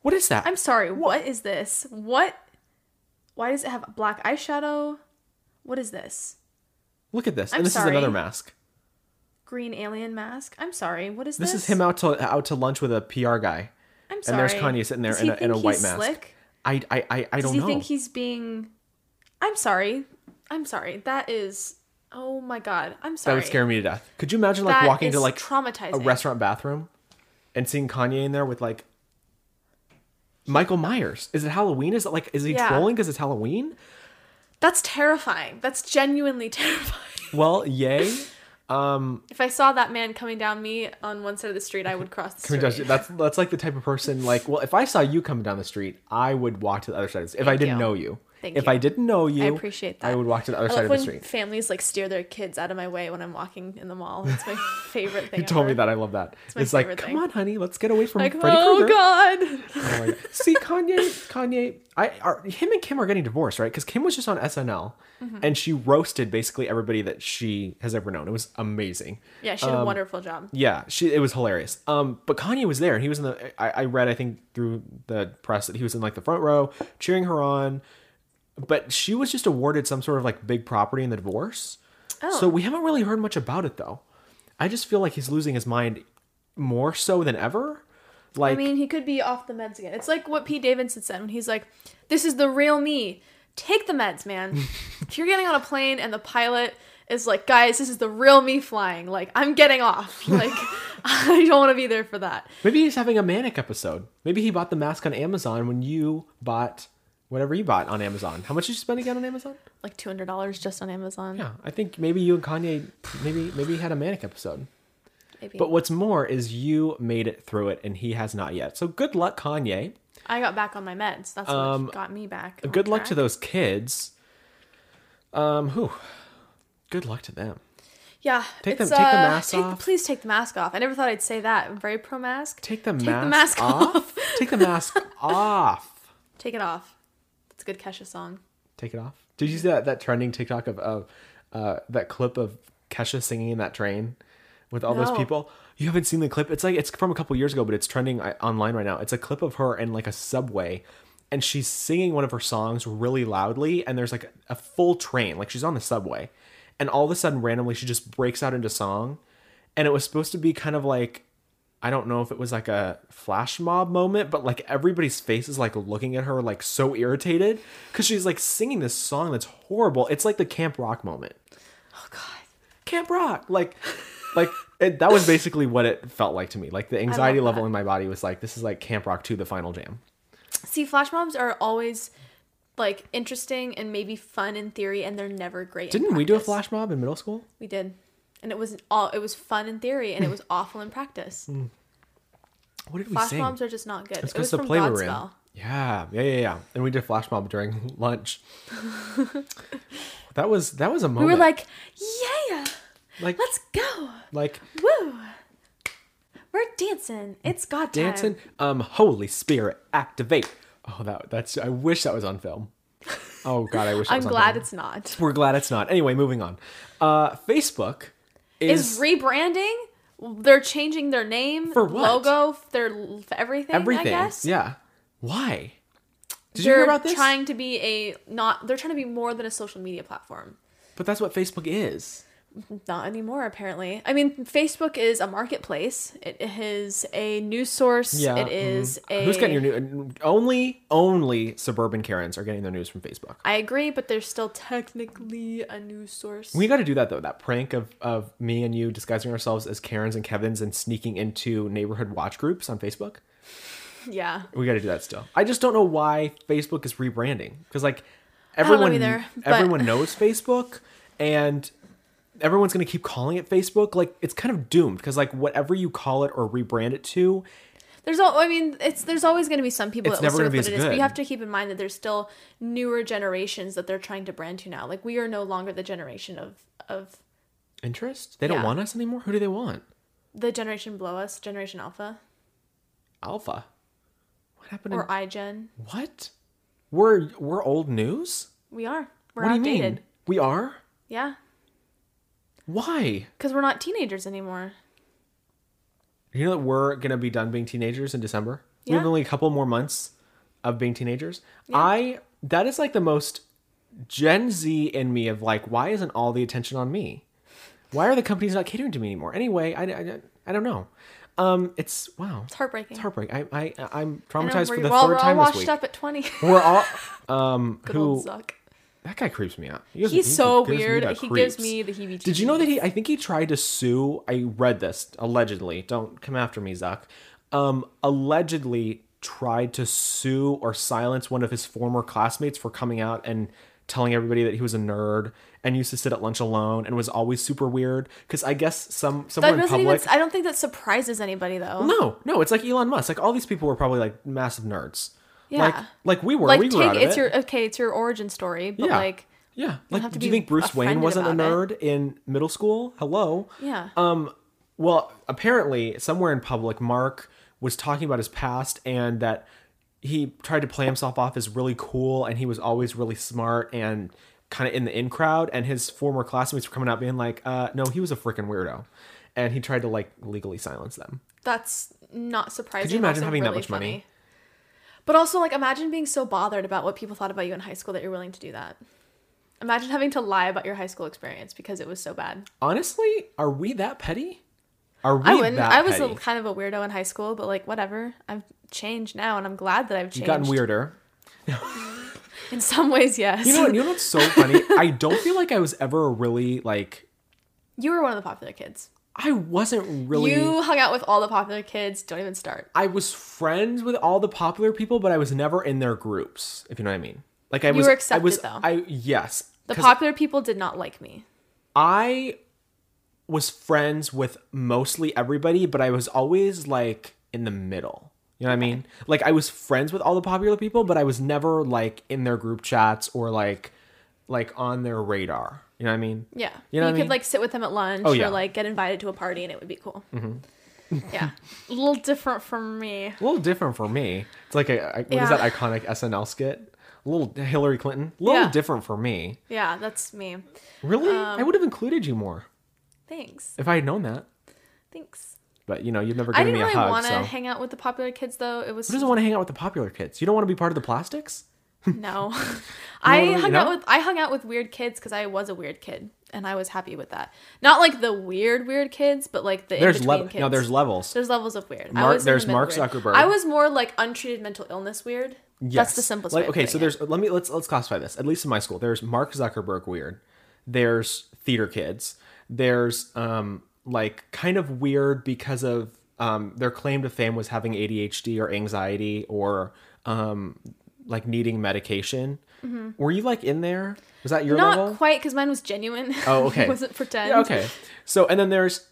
Speaker 1: What is that?
Speaker 2: I'm sorry. what is this? What? Why does it have black eyeshadow? What is this?
Speaker 1: Look at this.
Speaker 2: I'm
Speaker 1: and this
Speaker 2: sorry.
Speaker 1: is another mask.
Speaker 2: Green alien mask. I'm sorry. What is this?
Speaker 1: This is him out to out to lunch with a PR guy.
Speaker 2: I'm
Speaker 1: And
Speaker 2: sorry.
Speaker 1: there's Kanye sitting there
Speaker 2: Does
Speaker 1: in
Speaker 2: he
Speaker 1: a, in a
Speaker 2: think
Speaker 1: white
Speaker 2: he's
Speaker 1: mask.
Speaker 2: Slick?
Speaker 1: I I I, I
Speaker 2: Does
Speaker 1: don't
Speaker 2: he
Speaker 1: know.
Speaker 2: think he's being? I'm sorry. I'm sorry. That is. Oh my god. I'm
Speaker 1: that
Speaker 2: sorry.
Speaker 1: would scare me to death. Could you imagine like
Speaker 2: That
Speaker 1: walking
Speaker 2: is
Speaker 1: to like
Speaker 2: traumatizing.
Speaker 1: a restaurant bathroom and seeing Kanye in there with like Michael Myers. Is it Halloween? Is it like is he
Speaker 2: Yeah.
Speaker 1: trolling because it's Halloween?
Speaker 2: That's terrifying. That's genuinely terrifying.
Speaker 1: Well, yay. Um,
Speaker 2: If I saw that man coming down me on one side of the street, I would cross the
Speaker 1: I mean,
Speaker 2: street.
Speaker 1: Josh, that's that's like the type of person like well, if I saw you coming down the street, I would walk to the other side. Of the, if I didn't
Speaker 2: you.
Speaker 1: know you,
Speaker 2: Thank
Speaker 1: if
Speaker 2: you.
Speaker 1: I didn't know you,
Speaker 2: I appreciate that.
Speaker 1: I would walk to the other
Speaker 2: I
Speaker 1: side
Speaker 2: love
Speaker 1: of the
Speaker 2: when
Speaker 1: street.
Speaker 2: families like steer their kids out of my way when I'm walking in the mall. It's my favorite thing.
Speaker 1: You told me
Speaker 2: ever.
Speaker 1: that I love that. It's,
Speaker 2: my
Speaker 1: like,
Speaker 2: favorite
Speaker 1: come
Speaker 2: thing.
Speaker 1: on, honey, let's get away from
Speaker 2: Like,
Speaker 1: Freddy
Speaker 2: oh
Speaker 1: Krueger.
Speaker 2: god.
Speaker 1: Oh my God. See, Kanye, Kanye, I are him and Kim are getting divorced, right? Because Kim was just on SNL
Speaker 2: Mm-hmm.
Speaker 1: and she roasted basically everybody that she has ever known. It was amazing.
Speaker 2: Yeah, she did
Speaker 1: Um,
Speaker 2: a wonderful job.
Speaker 1: Yeah, she it was hilarious. Um, but Kanye was there, and he was in the. I, I read, I think, through the press that he was in like the front row cheering her on. But she was just awarded some sort of like big property in the divorce,
Speaker 2: Oh.
Speaker 1: so we haven't really heard much about it though. I just feel like he's losing his mind more so than ever. Like,
Speaker 2: I mean, he could be off the meds again. It's like what Pete Davidson said when he's like, "This is the real me. Take the meds, man." if you're getting on a plane and the pilot is like, "Guys, this is the real me flying. Like, I'm getting off. Like, I don't want to be there for that."
Speaker 1: maybe he's having a manic episode. Maybe he bought the mask on Amazon when you bought whatever you bought on Amazon. How much did you spend again on Amazon?
Speaker 2: Like two hundred dollars just on Amazon.
Speaker 1: Yeah, I think maybe you and Kanye, maybe maybe he had a manic episode.
Speaker 2: Maybe.
Speaker 1: But what's more is you made it through it, and he has not yet. So good luck, Kanye.
Speaker 2: I got back on my meds. That's
Speaker 1: Um,
Speaker 2: what got me back. on
Speaker 1: Good luck to
Speaker 2: track.
Speaker 1: those kids. Um, who? Good luck to them.
Speaker 2: Yeah,
Speaker 1: Take the-
Speaker 2: it's,
Speaker 1: take the
Speaker 2: uh,
Speaker 1: mask
Speaker 2: take the-
Speaker 1: off.
Speaker 2: please take the mask off. I never thought I'd say that. I'm very pro mask.
Speaker 1: Take the,
Speaker 2: the
Speaker 1: mask,
Speaker 2: mask
Speaker 1: off.
Speaker 2: off.
Speaker 1: Take the mask off.
Speaker 2: Take it off. It's a good Kesha song.
Speaker 1: Take it off. Did you see that, that trending TikTok of, of uh, that clip of Kesha singing in that train with all those
Speaker 2: No.
Speaker 1: people? You haven't seen the clip. It's like it's from a couple years ago, but it's trending uh, online right now. It's a clip of her in like a subway, and she's singing one of her songs really loudly, and there's like a full train, like she's on the subway, and all of a sudden, randomly, she just breaks out into song, and it was supposed to be kind of like I don't know if it was like a flash mob moment, but like everybody's face is like looking at her like so irritated because she's like singing this song that's horrible. It's like the Camp Rock moment.
Speaker 2: Oh God,
Speaker 1: Camp Rock, like, like it, that was basically what it felt like to me. Like the anxiety level in my body was like, this is like Camp Rock to the final jam.
Speaker 2: see, flash mobs are always like interesting and maybe fun in theory, and they're never great. in
Speaker 1: Didn't we do a
Speaker 2: practice.
Speaker 1: flash mob in middle school?
Speaker 2: We did, and it was all it was fun in theory, and it was awful in practice.
Speaker 1: What did we
Speaker 2: Flash
Speaker 1: sing?
Speaker 2: mobs are just not good.
Speaker 1: Mm, It's
Speaker 2: It
Speaker 1: because
Speaker 2: was
Speaker 1: the
Speaker 2: from
Speaker 1: play we're in.
Speaker 2: Godspell.
Speaker 1: Yeah, yeah, yeah, yeah. And we did flash mob during lunch. that was that was a
Speaker 2: We
Speaker 1: moment.
Speaker 2: were like, yeah,
Speaker 1: like,
Speaker 2: let's go,
Speaker 1: like
Speaker 2: woo. We're dancing. It's God time.
Speaker 1: dancing. Um, Holy Spirit, activate. Oh, that that's. I wish that was on film. Oh God, I wish. That
Speaker 2: I'm
Speaker 1: was on
Speaker 2: glad
Speaker 1: film.
Speaker 2: it's not.
Speaker 1: We're glad it's not. Anyway, moving on. Uh, Facebook is,
Speaker 2: is rebranding. They're changing their name,
Speaker 1: For what?
Speaker 2: logo, their l- everything.
Speaker 1: everything.
Speaker 2: I guess.
Speaker 1: Yeah. Why? Did
Speaker 2: they're
Speaker 1: you hear about this?
Speaker 2: trying to be a not. They're trying to be more than a social media platform.
Speaker 1: But that's what Facebook is.
Speaker 2: Not anymore, apparently. I mean, Facebook is a marketplace. It is a news source.
Speaker 1: Yeah. mm-hmm.
Speaker 2: It is a.
Speaker 1: Who's getting your new? uh, Only, only suburban Karens are getting their news from Facebook.
Speaker 2: I agree, but they're still technically a news source.
Speaker 1: We got to do that though. That prank of of me and you disguising ourselves as Karens and Kevin's and sneaking into neighborhood watch groups on Facebook.
Speaker 2: yeah.
Speaker 1: We got to do that still. I just don't know why Facebook is rebranding because like
Speaker 2: know
Speaker 1: everyone
Speaker 2: either, but-
Speaker 1: everyone knows Facebook and everyone's going to keep calling it Facebook. Like it's kind of doomed because like whatever you call it or rebrand it to,
Speaker 2: There's all. I mean, it's there's always going to be some people
Speaker 1: It's
Speaker 2: that will
Speaker 1: never
Speaker 2: serve
Speaker 1: gonna
Speaker 2: what
Speaker 1: be as
Speaker 2: it is. But you
Speaker 1: good.
Speaker 2: have to keep in mind that there's still newer generations that they're trying to brand to now. Like we are no longer the generation of of
Speaker 1: interest. They don't
Speaker 2: Yeah.
Speaker 1: want us anymore. Who do they want?
Speaker 2: the generation below us, Generation Alpha
Speaker 1: Alpha. What happened?
Speaker 2: or
Speaker 1: to-
Speaker 2: iGen.
Speaker 1: what? We're we're old news.
Speaker 2: We are. We're
Speaker 1: what do
Speaker 2: outdated.
Speaker 1: you mean? We are.
Speaker 2: Yeah,
Speaker 1: Why?
Speaker 2: because we're not teenagers anymore.
Speaker 1: You know that we're gonna be done being teenagers in December. We have
Speaker 2: Yeah.
Speaker 1: only a couple more months of being teenagers. I that is like the most Gen Z in me of like, why isn't all the attention on me? Why are the companies not catering to me anymore? Anyway, I, I, I don't know. Um, it's wow,
Speaker 2: It's heartbreaking.
Speaker 1: it's heartbreaking. I I I'm
Speaker 2: I know,
Speaker 1: traumatized for
Speaker 2: we're-
Speaker 1: the
Speaker 2: well,
Speaker 1: third
Speaker 2: we're
Speaker 1: time
Speaker 2: all
Speaker 1: this
Speaker 2: washed
Speaker 1: week.
Speaker 2: up at 20.
Speaker 1: We're all um
Speaker 2: Good
Speaker 1: who
Speaker 2: old Zuck.
Speaker 1: that guy creeps me out. He gives-
Speaker 2: He's
Speaker 1: he
Speaker 2: so
Speaker 1: gives me
Speaker 2: weird.
Speaker 1: the
Speaker 2: He gives
Speaker 1: creeps.
Speaker 2: me the heebie-jeebies.
Speaker 1: Did you know that he? I think he tried to sue. I read this allegedly. Don't come after me, Zuck. Um, allegedly tried to sue or silence one of his former classmates for coming out and telling everybody that he was a nerd and used to sit at lunch alone and was always super weird. Because I guess some somewhere
Speaker 2: That
Speaker 1: in
Speaker 2: doesn't
Speaker 1: public.
Speaker 2: even. I don't think that surprises anybody though.
Speaker 1: no, no, it's like Elon Musk. Like all these people were probably like massive nerds.
Speaker 2: Yeah.
Speaker 1: Like, like we were.
Speaker 2: like
Speaker 1: we grew
Speaker 2: take
Speaker 1: out of
Speaker 2: it's
Speaker 1: it.
Speaker 2: your okay, it's your origin story, but like
Speaker 1: yeah. Like,
Speaker 2: have to
Speaker 1: do you
Speaker 2: be
Speaker 1: think Bruce Wayne
Speaker 2: offended
Speaker 1: wasn't a
Speaker 2: about
Speaker 1: nerd in middle school? Hello.
Speaker 2: yeah.
Speaker 1: Um, well, apparently, somewhere in public, Mark was talking about his past and that he tried to play himself off as really cool and he was always really smart and kind of in the in crowd. And his former classmates were coming out being like, uh, no, he was a freaking weirdo. And he tried to like legally silence them.
Speaker 2: That's not surprising.
Speaker 1: Could you imagine
Speaker 2: also
Speaker 1: having that
Speaker 2: really
Speaker 1: much money?
Speaker 2: funny. But also, like, imagine being so bothered about what people thought about you in high school that you're willing to do that. Imagine having to lie about your high school experience because it was so bad.
Speaker 1: Honestly, are we that petty? Are we
Speaker 2: I wouldn't.
Speaker 1: that
Speaker 2: I was
Speaker 1: petty?
Speaker 2: a, kind of a weirdo in high school, but like, whatever. I've changed now, and I'm glad that I've changed.
Speaker 1: You've gotten weirder.
Speaker 2: In some ways, yes.
Speaker 1: You know, what- you know what's so funny? I don't feel like I was ever really like
Speaker 2: You were one of the popular kids.
Speaker 1: I wasn't really
Speaker 2: You hung out with all the popular kids. Don't even start.
Speaker 1: I was friends with all the popular people, but I was never in their groups, if you know what I mean. Like I was
Speaker 2: were
Speaker 1: I was
Speaker 2: accepted, though.
Speaker 1: I yes.
Speaker 2: The
Speaker 1: 'cause
Speaker 2: popular people did not like me.
Speaker 1: I was friends with mostly everybody, but I was always like in the middle. You know what I mean? Like I was friends with all the popular people, but I was never like in their group chats or like like on their radar. You know what I mean?
Speaker 2: Yeah.
Speaker 1: You know what I
Speaker 2: could
Speaker 1: mean?
Speaker 2: like sit with them at lunch
Speaker 1: Oh, yeah. Mm-hmm.
Speaker 2: or like get invited to a party and it would be cool. yeah. A little different from me.
Speaker 1: A little different for me. It's like a, I- what is
Speaker 2: Yeah.
Speaker 1: that iconic SNL skit? A little Hillary Clinton. A little
Speaker 2: Yeah. Um,
Speaker 1: different for me.
Speaker 2: Yeah, that's me.
Speaker 1: Really? I would have included you more
Speaker 2: Thanks.
Speaker 1: if I had known that.
Speaker 2: Thanks.
Speaker 1: But you know, you've never
Speaker 2: I
Speaker 1: given
Speaker 2: didn't
Speaker 1: me a
Speaker 2: really
Speaker 1: hug.
Speaker 2: want to
Speaker 1: So
Speaker 2: hang out with the popular kids though. It was
Speaker 1: who doesn't want to hang out with the popular kids? You don't want to be part of the plastics.
Speaker 2: no. I
Speaker 1: You know-
Speaker 2: hung
Speaker 1: you
Speaker 2: out
Speaker 1: know?
Speaker 2: with I hung out with weird kids because I was a weird kid and I was happy with that. Not like the weird weird kids, but like the
Speaker 1: There's
Speaker 2: in
Speaker 1: level.
Speaker 2: kids.
Speaker 1: No, there's levels.
Speaker 2: There's levels of weird. I
Speaker 1: Mark-
Speaker 2: was in the
Speaker 1: there's
Speaker 2: middle
Speaker 1: Mark
Speaker 2: weird.
Speaker 1: Zuckerberg.
Speaker 2: I was more like untreated mental illness weird. That's the simplest
Speaker 1: Like,
Speaker 2: way. of
Speaker 1: okay,
Speaker 2: putting
Speaker 1: so
Speaker 2: it.
Speaker 1: there's let me let's let's classify this. At least in my school, there's Mark Zuckerberg weird. There's theater kids. There's um like kind of weird because of um their claim to fame was having ADHD or anxiety or um like needing medication. Were you like in there? Was that your
Speaker 2: Mm-hmm. not
Speaker 1: level?
Speaker 2: quite because mine was genuine.
Speaker 1: Oh, okay.
Speaker 2: was it pretend?
Speaker 1: Yeah, okay. So and then there's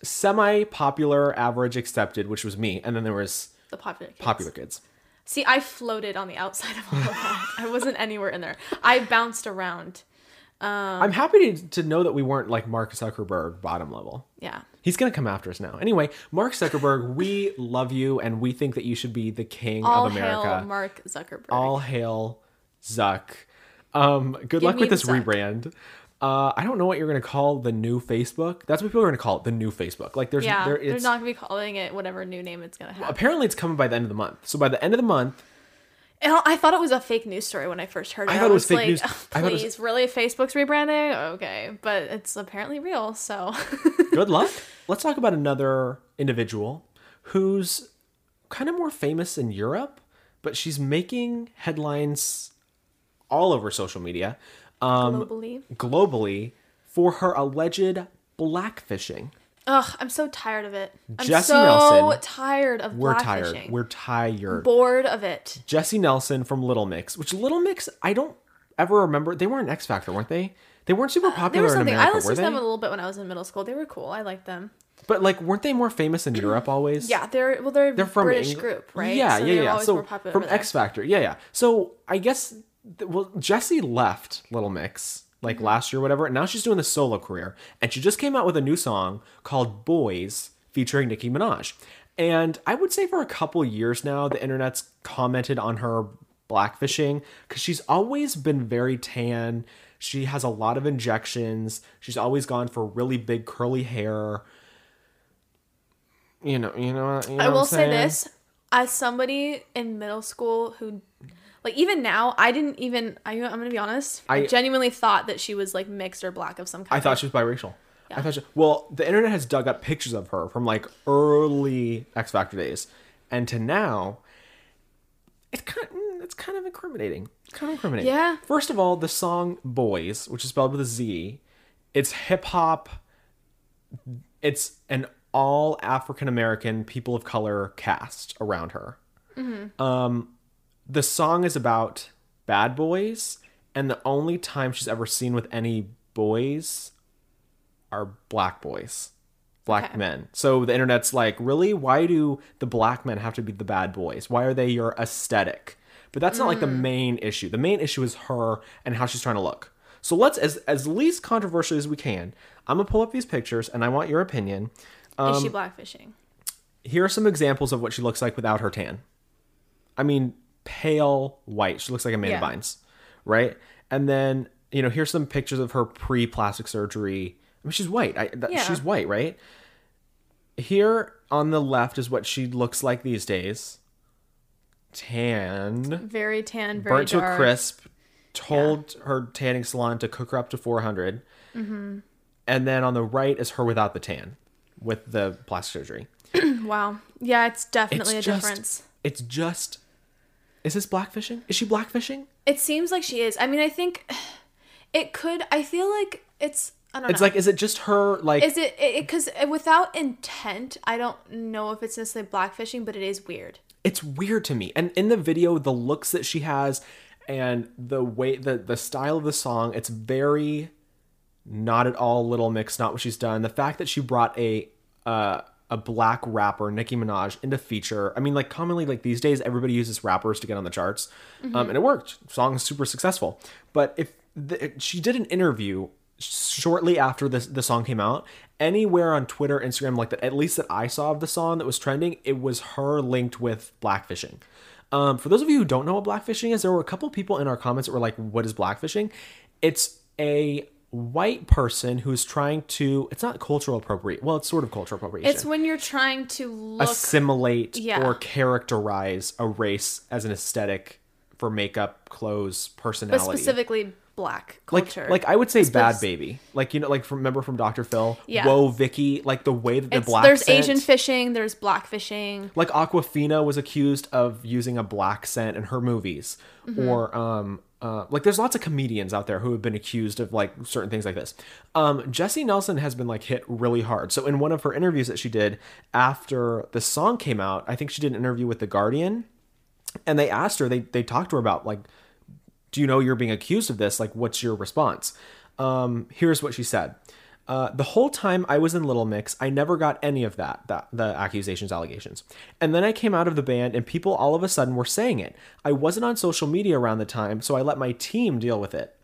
Speaker 1: semi-popular, average, accepted, which was me, and then there was
Speaker 2: The popular. Kids.
Speaker 1: popular kids.
Speaker 2: See, I floated on the outside of all of that. I wasn't anywhere in there. I bounced around. Uh.
Speaker 1: I'm happy to, to know that we weren't like Mark Zuckerberg bottom level.
Speaker 2: Yeah.
Speaker 1: He's gonna come after us now. Anyway, Mark Zuckerberg, we love you, and we think that you should be the king
Speaker 2: All
Speaker 1: of
Speaker 2: hail
Speaker 1: America.
Speaker 2: Mark Zuckerberg.
Speaker 1: All hail Zuck. Um, good luck
Speaker 2: me
Speaker 1: with
Speaker 2: the
Speaker 1: this
Speaker 2: Zuck.
Speaker 1: rebrand. Uh, I don't know what you're gonna call the new Facebook. That's what people are gonna call it, the new Facebook. Like there's
Speaker 2: yeah,
Speaker 1: there,
Speaker 2: they're
Speaker 1: it's,
Speaker 2: not gonna be calling it whatever new name it's gonna have.
Speaker 1: apparently it's coming by the end of the month. So by the end of the month,
Speaker 2: And I I thought it was a fake news story when I first heard it.
Speaker 1: I thought it was fake
Speaker 2: like,
Speaker 1: news.
Speaker 2: "Oh,
Speaker 1: I thought it was-
Speaker 2: please, really? Facebook's rebranding? Okay, but it's apparently real. So
Speaker 1: good luck. Let's talk about another individual who's kind of more famous in Europe, but she's making headlines all over social media. Um,
Speaker 2: globally,
Speaker 1: globally for her alleged blackfishing.
Speaker 2: ugh, I'm so tired of it. I'm
Speaker 1: Jesse
Speaker 2: so
Speaker 1: Nelson,
Speaker 2: tired of
Speaker 1: We're tired.
Speaker 2: blackfishing.
Speaker 1: We're tired.
Speaker 2: bored of it.
Speaker 1: Jesse Nelson from Little Mix, which Little Mix, I don't ever remember. They were an X Factor, weren't they? They weren't super
Speaker 2: They were
Speaker 1: popular in
Speaker 2: something. I
Speaker 1: America, were
Speaker 2: listened to them a
Speaker 1: they?
Speaker 2: little bit when I was in middle school. They were cool. I liked them.
Speaker 1: But like, weren't they more famous in Europe always?
Speaker 2: Yeah, they're well, they're,
Speaker 1: they're from
Speaker 2: British
Speaker 1: Engl-
Speaker 2: group, right?
Speaker 1: Yeah,
Speaker 2: so
Speaker 1: yeah,
Speaker 2: they're
Speaker 1: yeah.
Speaker 2: Always
Speaker 1: So
Speaker 2: more popular
Speaker 1: from
Speaker 2: over there.
Speaker 1: X Factor, yeah, yeah. So I guess th- well, Jesse left Little Mix like
Speaker 2: Mm-hmm.
Speaker 1: last year, or whatever, and now she's doing this solo career, and she just came out with a new song called "Boys" featuring Nicki Minaj, and I would say for a couple years now, the internet's commented on her blackfishing because she's always been very tan. She has a lot of injections. She's always gone for really big curly hair. You know, you know. You know
Speaker 2: I
Speaker 1: what
Speaker 2: will
Speaker 1: I'm
Speaker 2: say
Speaker 1: saying?
Speaker 2: this as somebody in middle school who, like, even now, I didn't even. I, I'm gonna be honest. I,
Speaker 1: I-
Speaker 2: genuinely thought that she was like mixed or black of some kind.
Speaker 1: I thought she was biracial. I thought she, well, the internet has dug up pictures of her from like early X Factor days, and to now. It's kind, mm, it's kind of incriminating. It's kind of incriminating.
Speaker 2: Yeah.
Speaker 1: First of all, the song "Boys," which is spelled with a Z, it's hip hop. It's an all African American people of color cast around her Um, the song is about bad boys, and the only time she's ever seen with any boys are black boys, black
Speaker 2: Okay.
Speaker 1: men. So the internet's like, really? Why do the black men have to be the bad boys? Why are they your aesthetic? But that's not like the main issue. The main issue is her and how she's trying to look. So let's, as as least controversial as we can, I'm gonna pull up these pictures, and I want your opinion.
Speaker 2: Is
Speaker 1: um,
Speaker 2: she blackfishing?
Speaker 1: Here are some examples of what she looks like without her tan. I mean, pale white. She looks like Amanda
Speaker 2: Yeah.
Speaker 1: Bynes, right? And then you know, here's some pictures of her pre-plastic surgery. I mean, she's white. I, that,
Speaker 2: Yeah.
Speaker 1: She's white, right? Here on the left is what she looks like these days: tan,
Speaker 2: Very tan, very
Speaker 1: burnt to a
Speaker 2: dark.
Speaker 1: crisp. Told her tanning salon to cook her up to 400.
Speaker 2: Mm-hmm.
Speaker 1: And then on the right is her without the tan, with the plastic surgery.
Speaker 2: Wow. Yeah, it's definitely
Speaker 1: It's
Speaker 2: a
Speaker 1: just-
Speaker 2: difference.
Speaker 1: It's just. Is this blackfishing? Is she blackfishing?
Speaker 2: It seems like she is. I mean, I think it could. I feel like it's. I don't
Speaker 1: It's
Speaker 2: know.
Speaker 1: like, is it just her? Like,
Speaker 2: Is it because without intent? I don't know if it's necessarily blackfishing, but it is weird.
Speaker 1: it's weird to me. And in the video, the looks that she has, and the way the the style of the song, it's very not at all Little Mix. Not what she's done. The fact that she brought a uh, a black rapper, Nicki Minaj, into feature. I mean, like commonly, like these days, everybody uses rappers to get on the charts, um, and it worked. Song is super successful. But if the, she did an interview shortly after this the song came out anywhere on twitter instagram like that at least that i saw of the song that was trending it was her linked with blackfishing um, for those of you who don't know what blackfishing is there were a couple people in our comments that were like what is blackfishing it's a white person who's trying to it's not cultural appropriate well it's sort of cultural appropriation
Speaker 2: It's when you're trying to look.
Speaker 1: assimilate
Speaker 2: Yeah.
Speaker 1: or characterize a race as an aesthetic for makeup clothes
Speaker 2: but
Speaker 1: personality
Speaker 2: specifically black
Speaker 1: like,
Speaker 2: culture.
Speaker 1: like I would say, bad
Speaker 2: suppose-
Speaker 1: baby. Like you know, like from, remember from Doctor Phil.
Speaker 2: Yeah.
Speaker 1: Whoa, Vicky. Like the way that the
Speaker 2: It's-
Speaker 1: black.
Speaker 2: there's
Speaker 1: scent-
Speaker 2: Asian fishing, there's black fishing.
Speaker 1: Like Aquafina was accused of using a black scent in her movies, or um, uh, like there's lots of comedians out there who have been accused of like certain things like this. Um, Jessie Nelson has been like hit really hard. So in one of her interviews that she did after the song came out, I think she did an interview with The Guardian, and they asked her, they they talked to her about like do you know you're being accused of this? Like, what's your response? Um, here's what she said. Uh, the whole time I was in Little Mix, I never got any of that, that, the accusations, allegations. And then I came out of the band and people all of a sudden were saying it. I wasn't on social media around the time, so I let my team deal with it.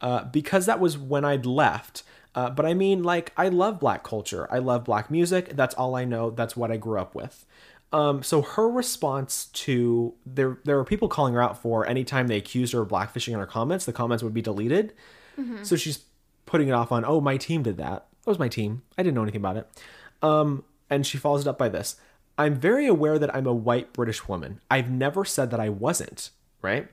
Speaker 1: Uh, because that was when I'd left. Uh, but I mean, like, I love black culture. I love black music. That's all I know. That's what I grew up with. Um, so her response to there, there were people calling her out for anytime they accused her of blackfishing in her comments, the comments would be deleted. So she's putting it off on, oh, my team did that. That was my team. I didn't know anything about it. Um, and she follows it up by this I'm very aware that I'm a white British woman. I've never said that I wasn't, right?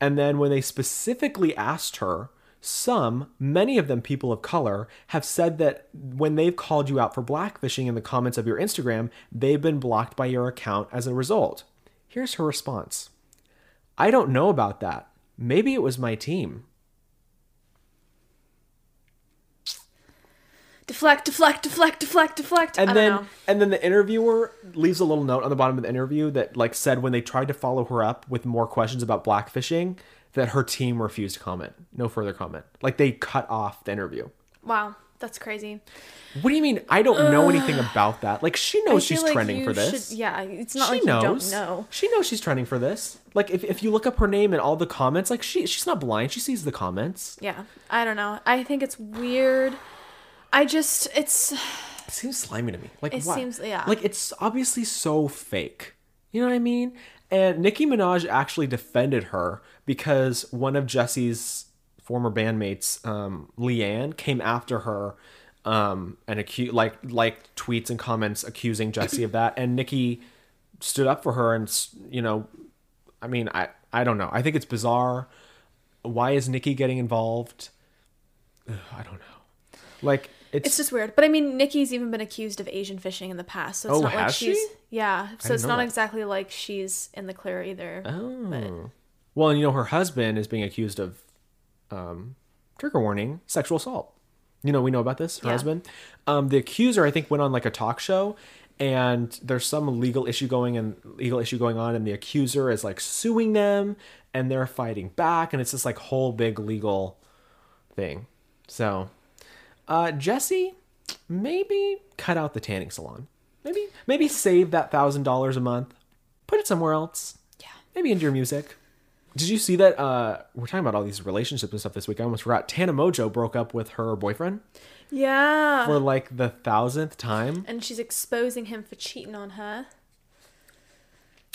Speaker 1: And then when they specifically asked her, some, many of them people of color, have said that when they've called you out for blackfishing in the comments of your Instagram, they've been blocked by your account as a result. Here's her response I don't know about that. Maybe it was my team.
Speaker 2: Deflect, deflect, deflect, deflect, deflect. I
Speaker 1: and
Speaker 2: don't
Speaker 1: then
Speaker 2: know.
Speaker 1: and then the interviewer leaves a little note on the bottom of the interview that like said when they tried to follow her up with more questions about blackfishing that her team refused to comment no further comment like they cut off the interview
Speaker 2: Wow, that's crazy.
Speaker 1: what do you mean i don't know anything about that like she knows
Speaker 2: I
Speaker 1: she's
Speaker 2: feel like
Speaker 1: trending
Speaker 2: you
Speaker 1: for this
Speaker 2: should- yeah, it's not
Speaker 1: she
Speaker 2: like
Speaker 1: knows
Speaker 2: you don't know.
Speaker 1: she knows she's trending for this like if, if you look up her name and all the comments like she she's not blind she sees the comments
Speaker 2: Yeah, I don't know. I think it's weird. I just, it's
Speaker 1: it seems slimy to me like
Speaker 2: It
Speaker 1: what?
Speaker 2: seems- yeah.
Speaker 1: like it's obviously so fake you know what i mean and nicki minaj actually defended her because one of jesse's former bandmates um leanne came after her um and acu- like like tweets and comments accusing jesse of that and nicki stood up for her and s- you know i mean i i don't know i think it's bizarre why is nicki getting involved Ugh, i don't know like it's
Speaker 2: it's just weird. But I mean, Nikki's even been accused of Asian fishing in the past, so it's
Speaker 1: Oh,
Speaker 2: not like
Speaker 1: has she?
Speaker 2: she's yeah. So it's
Speaker 1: know
Speaker 2: not
Speaker 1: that.
Speaker 2: exactly like she's in the clear either.
Speaker 1: Oh. Well, and you know, her husband is being accused of, um, trigger warning, sexual assault. You know, we know about this, her
Speaker 2: Yeah.
Speaker 1: husband. Um, the accuser, I think, went on like a talk show and there's some legal issue going and legal issue going on and the accuser is like suing them and they're fighting back and it's this like whole big legal thing. So uh Jesse, maybe cut out the tanning salon. Maybe maybe save that thousand dollars a month. Put it somewhere else
Speaker 2: Yeah.
Speaker 1: maybe into your music. Did you see that? Uh, we're talking about all these relationships and stuff this week. I almost forgot. Tana Mojo broke up with her boyfriend
Speaker 2: Yeah.
Speaker 1: for like the thousandth time.
Speaker 2: and she's exposing him for cheating on her.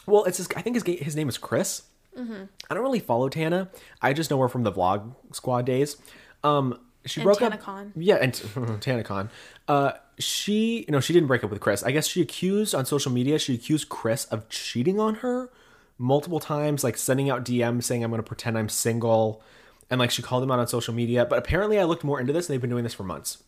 Speaker 1: Well, it's his, I think his ga- his name is Chris. I don't really follow Tana. I just know her from the Vlog Squad days. Um, she
Speaker 2: And
Speaker 1: broke
Speaker 2: Tana
Speaker 1: up.
Speaker 2: Khan.
Speaker 1: Yeah, and TanaCon. Uh, she no, she didn't break up with Chris. I guess she accused on social media. She accused Chris of cheating on her multiple times, like sending out DMs saying I'm going to pretend I'm single, and like she called him out on social media. But apparently, I looked more into this, and they've been doing this for months.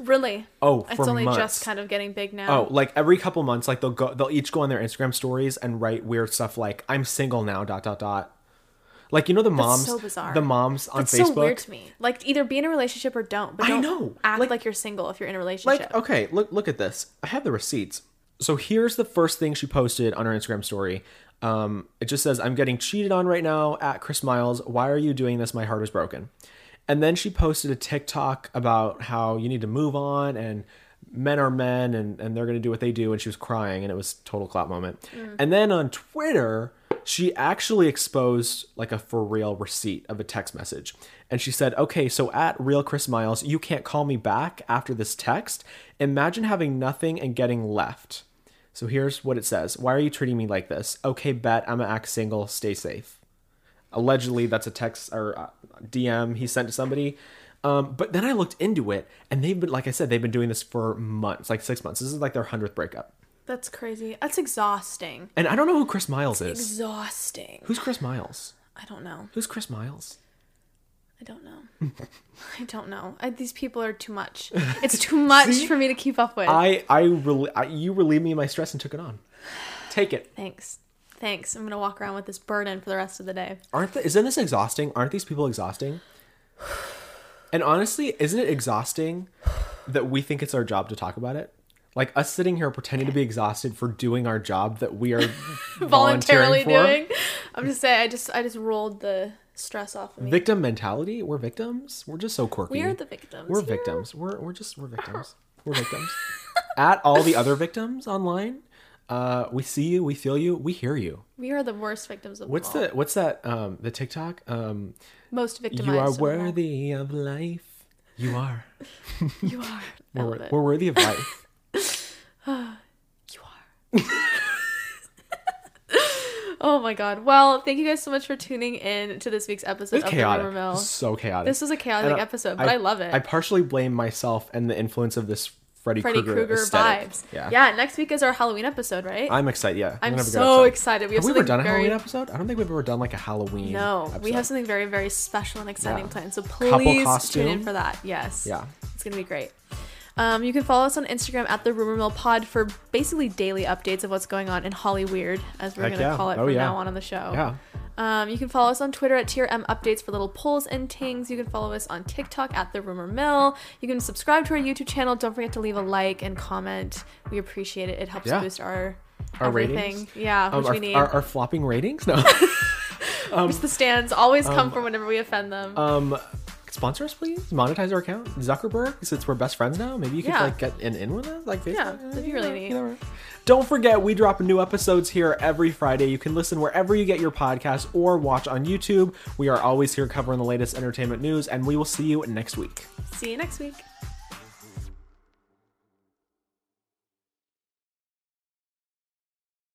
Speaker 2: Really?
Speaker 1: Oh,
Speaker 2: it's
Speaker 1: for
Speaker 2: only
Speaker 1: months.
Speaker 2: just kind of getting big now.
Speaker 1: Oh, like every couple months, like they'll go, they'll each go on their Instagram stories and write weird stuff like "I'm single now." Dot dot dot. Like you know the moms,
Speaker 2: so bizarre.
Speaker 1: the moms on
Speaker 2: That's
Speaker 1: Facebook.
Speaker 2: so weird to me. Like either be in a relationship or don't. But
Speaker 1: I
Speaker 2: don't
Speaker 1: know.
Speaker 2: act
Speaker 1: Like-
Speaker 2: like, you're single if you're in a relationship.
Speaker 1: Like, uh, okay, look look at this. I have the receipts. So here's the first thing she posted on her Instagram story. Um, it just says, "I'm getting cheated on right now." At Chris Miles, why are you doing this? My heart is broken. And then she posted a TikTok about how you need to move on and men are men and, and they're going to do what they do. And she was crying and it was total clap moment. And then on Twitter, she actually exposed like a for real receipt of a text message. And she said, okay, so at real Chris Miles, you can't call me back after this text. Imagine having nothing and getting left. So here's what it says Why are you treating me like this? Okay, bet. I'm gonna act single. Stay safe. Allegedly, that's a text or uh, DM he sent to somebody. Um, but then I looked into it, and they've been, like I said, they've been doing this for months, like six months. This is like their hundredth breakup.
Speaker 2: That's crazy. That's exhausting.
Speaker 1: And I don't know who Chris Miles is.
Speaker 2: Exhausting.
Speaker 1: Who's Chris Miles?
Speaker 2: I don't know.
Speaker 1: Who's Chris Miles?
Speaker 2: I don't know. I don't know. I, these people are too much. It's too much for me to keep up with.
Speaker 1: I I, rel- I you relieved me of my stress and took it on. Take it.
Speaker 2: Thanks. Thanks. I'm going to walk around with this burden for the rest of the day.
Speaker 1: Aren't the, isn't this exhausting? Aren't these people exhausting? And honestly, isn't it exhausting that we think it's our job to talk about it? Like us sitting here pretending to be exhausted for doing our job that we are volunteering
Speaker 2: Voluntarily
Speaker 1: for.
Speaker 2: doing. I'm just saying I just I just rolled the stress off of me.
Speaker 1: Victim mentality. We're victims. We're just so quirky.
Speaker 2: we are the victims.
Speaker 1: We're
Speaker 2: here.
Speaker 1: victims. We're we're just we're victims. We're victims. At all the other victims online, uh, we see you, we feel you, we hear you.
Speaker 2: We are the worst victims of
Speaker 1: What's
Speaker 2: all.
Speaker 1: the what's that um the TikTok? Um
Speaker 2: most victimized?
Speaker 1: you are
Speaker 2: of all.
Speaker 1: worthy of life. You are.
Speaker 2: You are. I love
Speaker 1: We're,
Speaker 2: it.
Speaker 1: we're worthy of life.
Speaker 2: You are. oh my god. Well, thank you guys so much for tuning in to this week's episode
Speaker 1: It's
Speaker 2: of
Speaker 1: chaotic.
Speaker 2: the Rumor Mill.
Speaker 1: It's so chaotic.
Speaker 2: This was a chaotic
Speaker 1: And I-
Speaker 2: episode, but I, love it.
Speaker 1: I partially blame myself and the influence of this Freddy,
Speaker 2: Freddy
Speaker 1: Krueger
Speaker 2: Krueger
Speaker 1: aesthetic.
Speaker 2: vibes.
Speaker 1: Yeah.
Speaker 2: next week is our Halloween episode, right?
Speaker 1: I'm excited. Yeah.
Speaker 2: I'm
Speaker 1: gonna have a good
Speaker 2: so
Speaker 1: episode.
Speaker 2: excited. We have,
Speaker 1: Have we ever
Speaker 2: something
Speaker 1: done a
Speaker 2: very
Speaker 1: Halloween episode? I don't think we've ever done like a Halloween.
Speaker 2: no. We
Speaker 1: episode.
Speaker 2: have something very very special and exciting
Speaker 1: Yeah.
Speaker 2: planned. So
Speaker 1: Couple
Speaker 2: please tune in
Speaker 1: costume.
Speaker 2: for that. Yes.
Speaker 1: Yeah.
Speaker 2: It's gonna be great. Um, you can follow us on Instagram at the Rumor Mill Pod for basically daily updates of what's going on in Holly Weird, as we're
Speaker 1: Heck
Speaker 2: gonna
Speaker 1: yeah.
Speaker 2: call it
Speaker 1: Oh,
Speaker 2: from
Speaker 1: yeah.
Speaker 2: now on on the show.
Speaker 1: Yeah.
Speaker 2: Um, you can follow us on Twitter at TRM Updates for little polls and tings. You can follow us on TikTok at The Rumor Mill. You can subscribe to our YouTube channel. Don't forget to leave a like and comment. We appreciate it. It helps
Speaker 1: Yeah.
Speaker 2: boost our,
Speaker 1: Our
Speaker 2: everything.
Speaker 1: ratings?
Speaker 2: Yeah,
Speaker 1: Um,
Speaker 2: which
Speaker 1: our,
Speaker 2: we need.
Speaker 1: Our, um, our flopping ratings? No.
Speaker 2: which the stands always come from whenever we offend them.
Speaker 1: um, sponsor us, please. Monetize our account. Zuckerberg, since we're best friends now, maybe you could
Speaker 2: Yeah.
Speaker 1: like get an in with us, like Facebook.
Speaker 2: Yeah, that'd be really neat.
Speaker 1: neat. Don't forget, we drop new episodes here every Friday. You can listen wherever you get your podcast or watch on YouTube. We are always here covering the latest entertainment news, and we will see you next week.
Speaker 2: See you next week.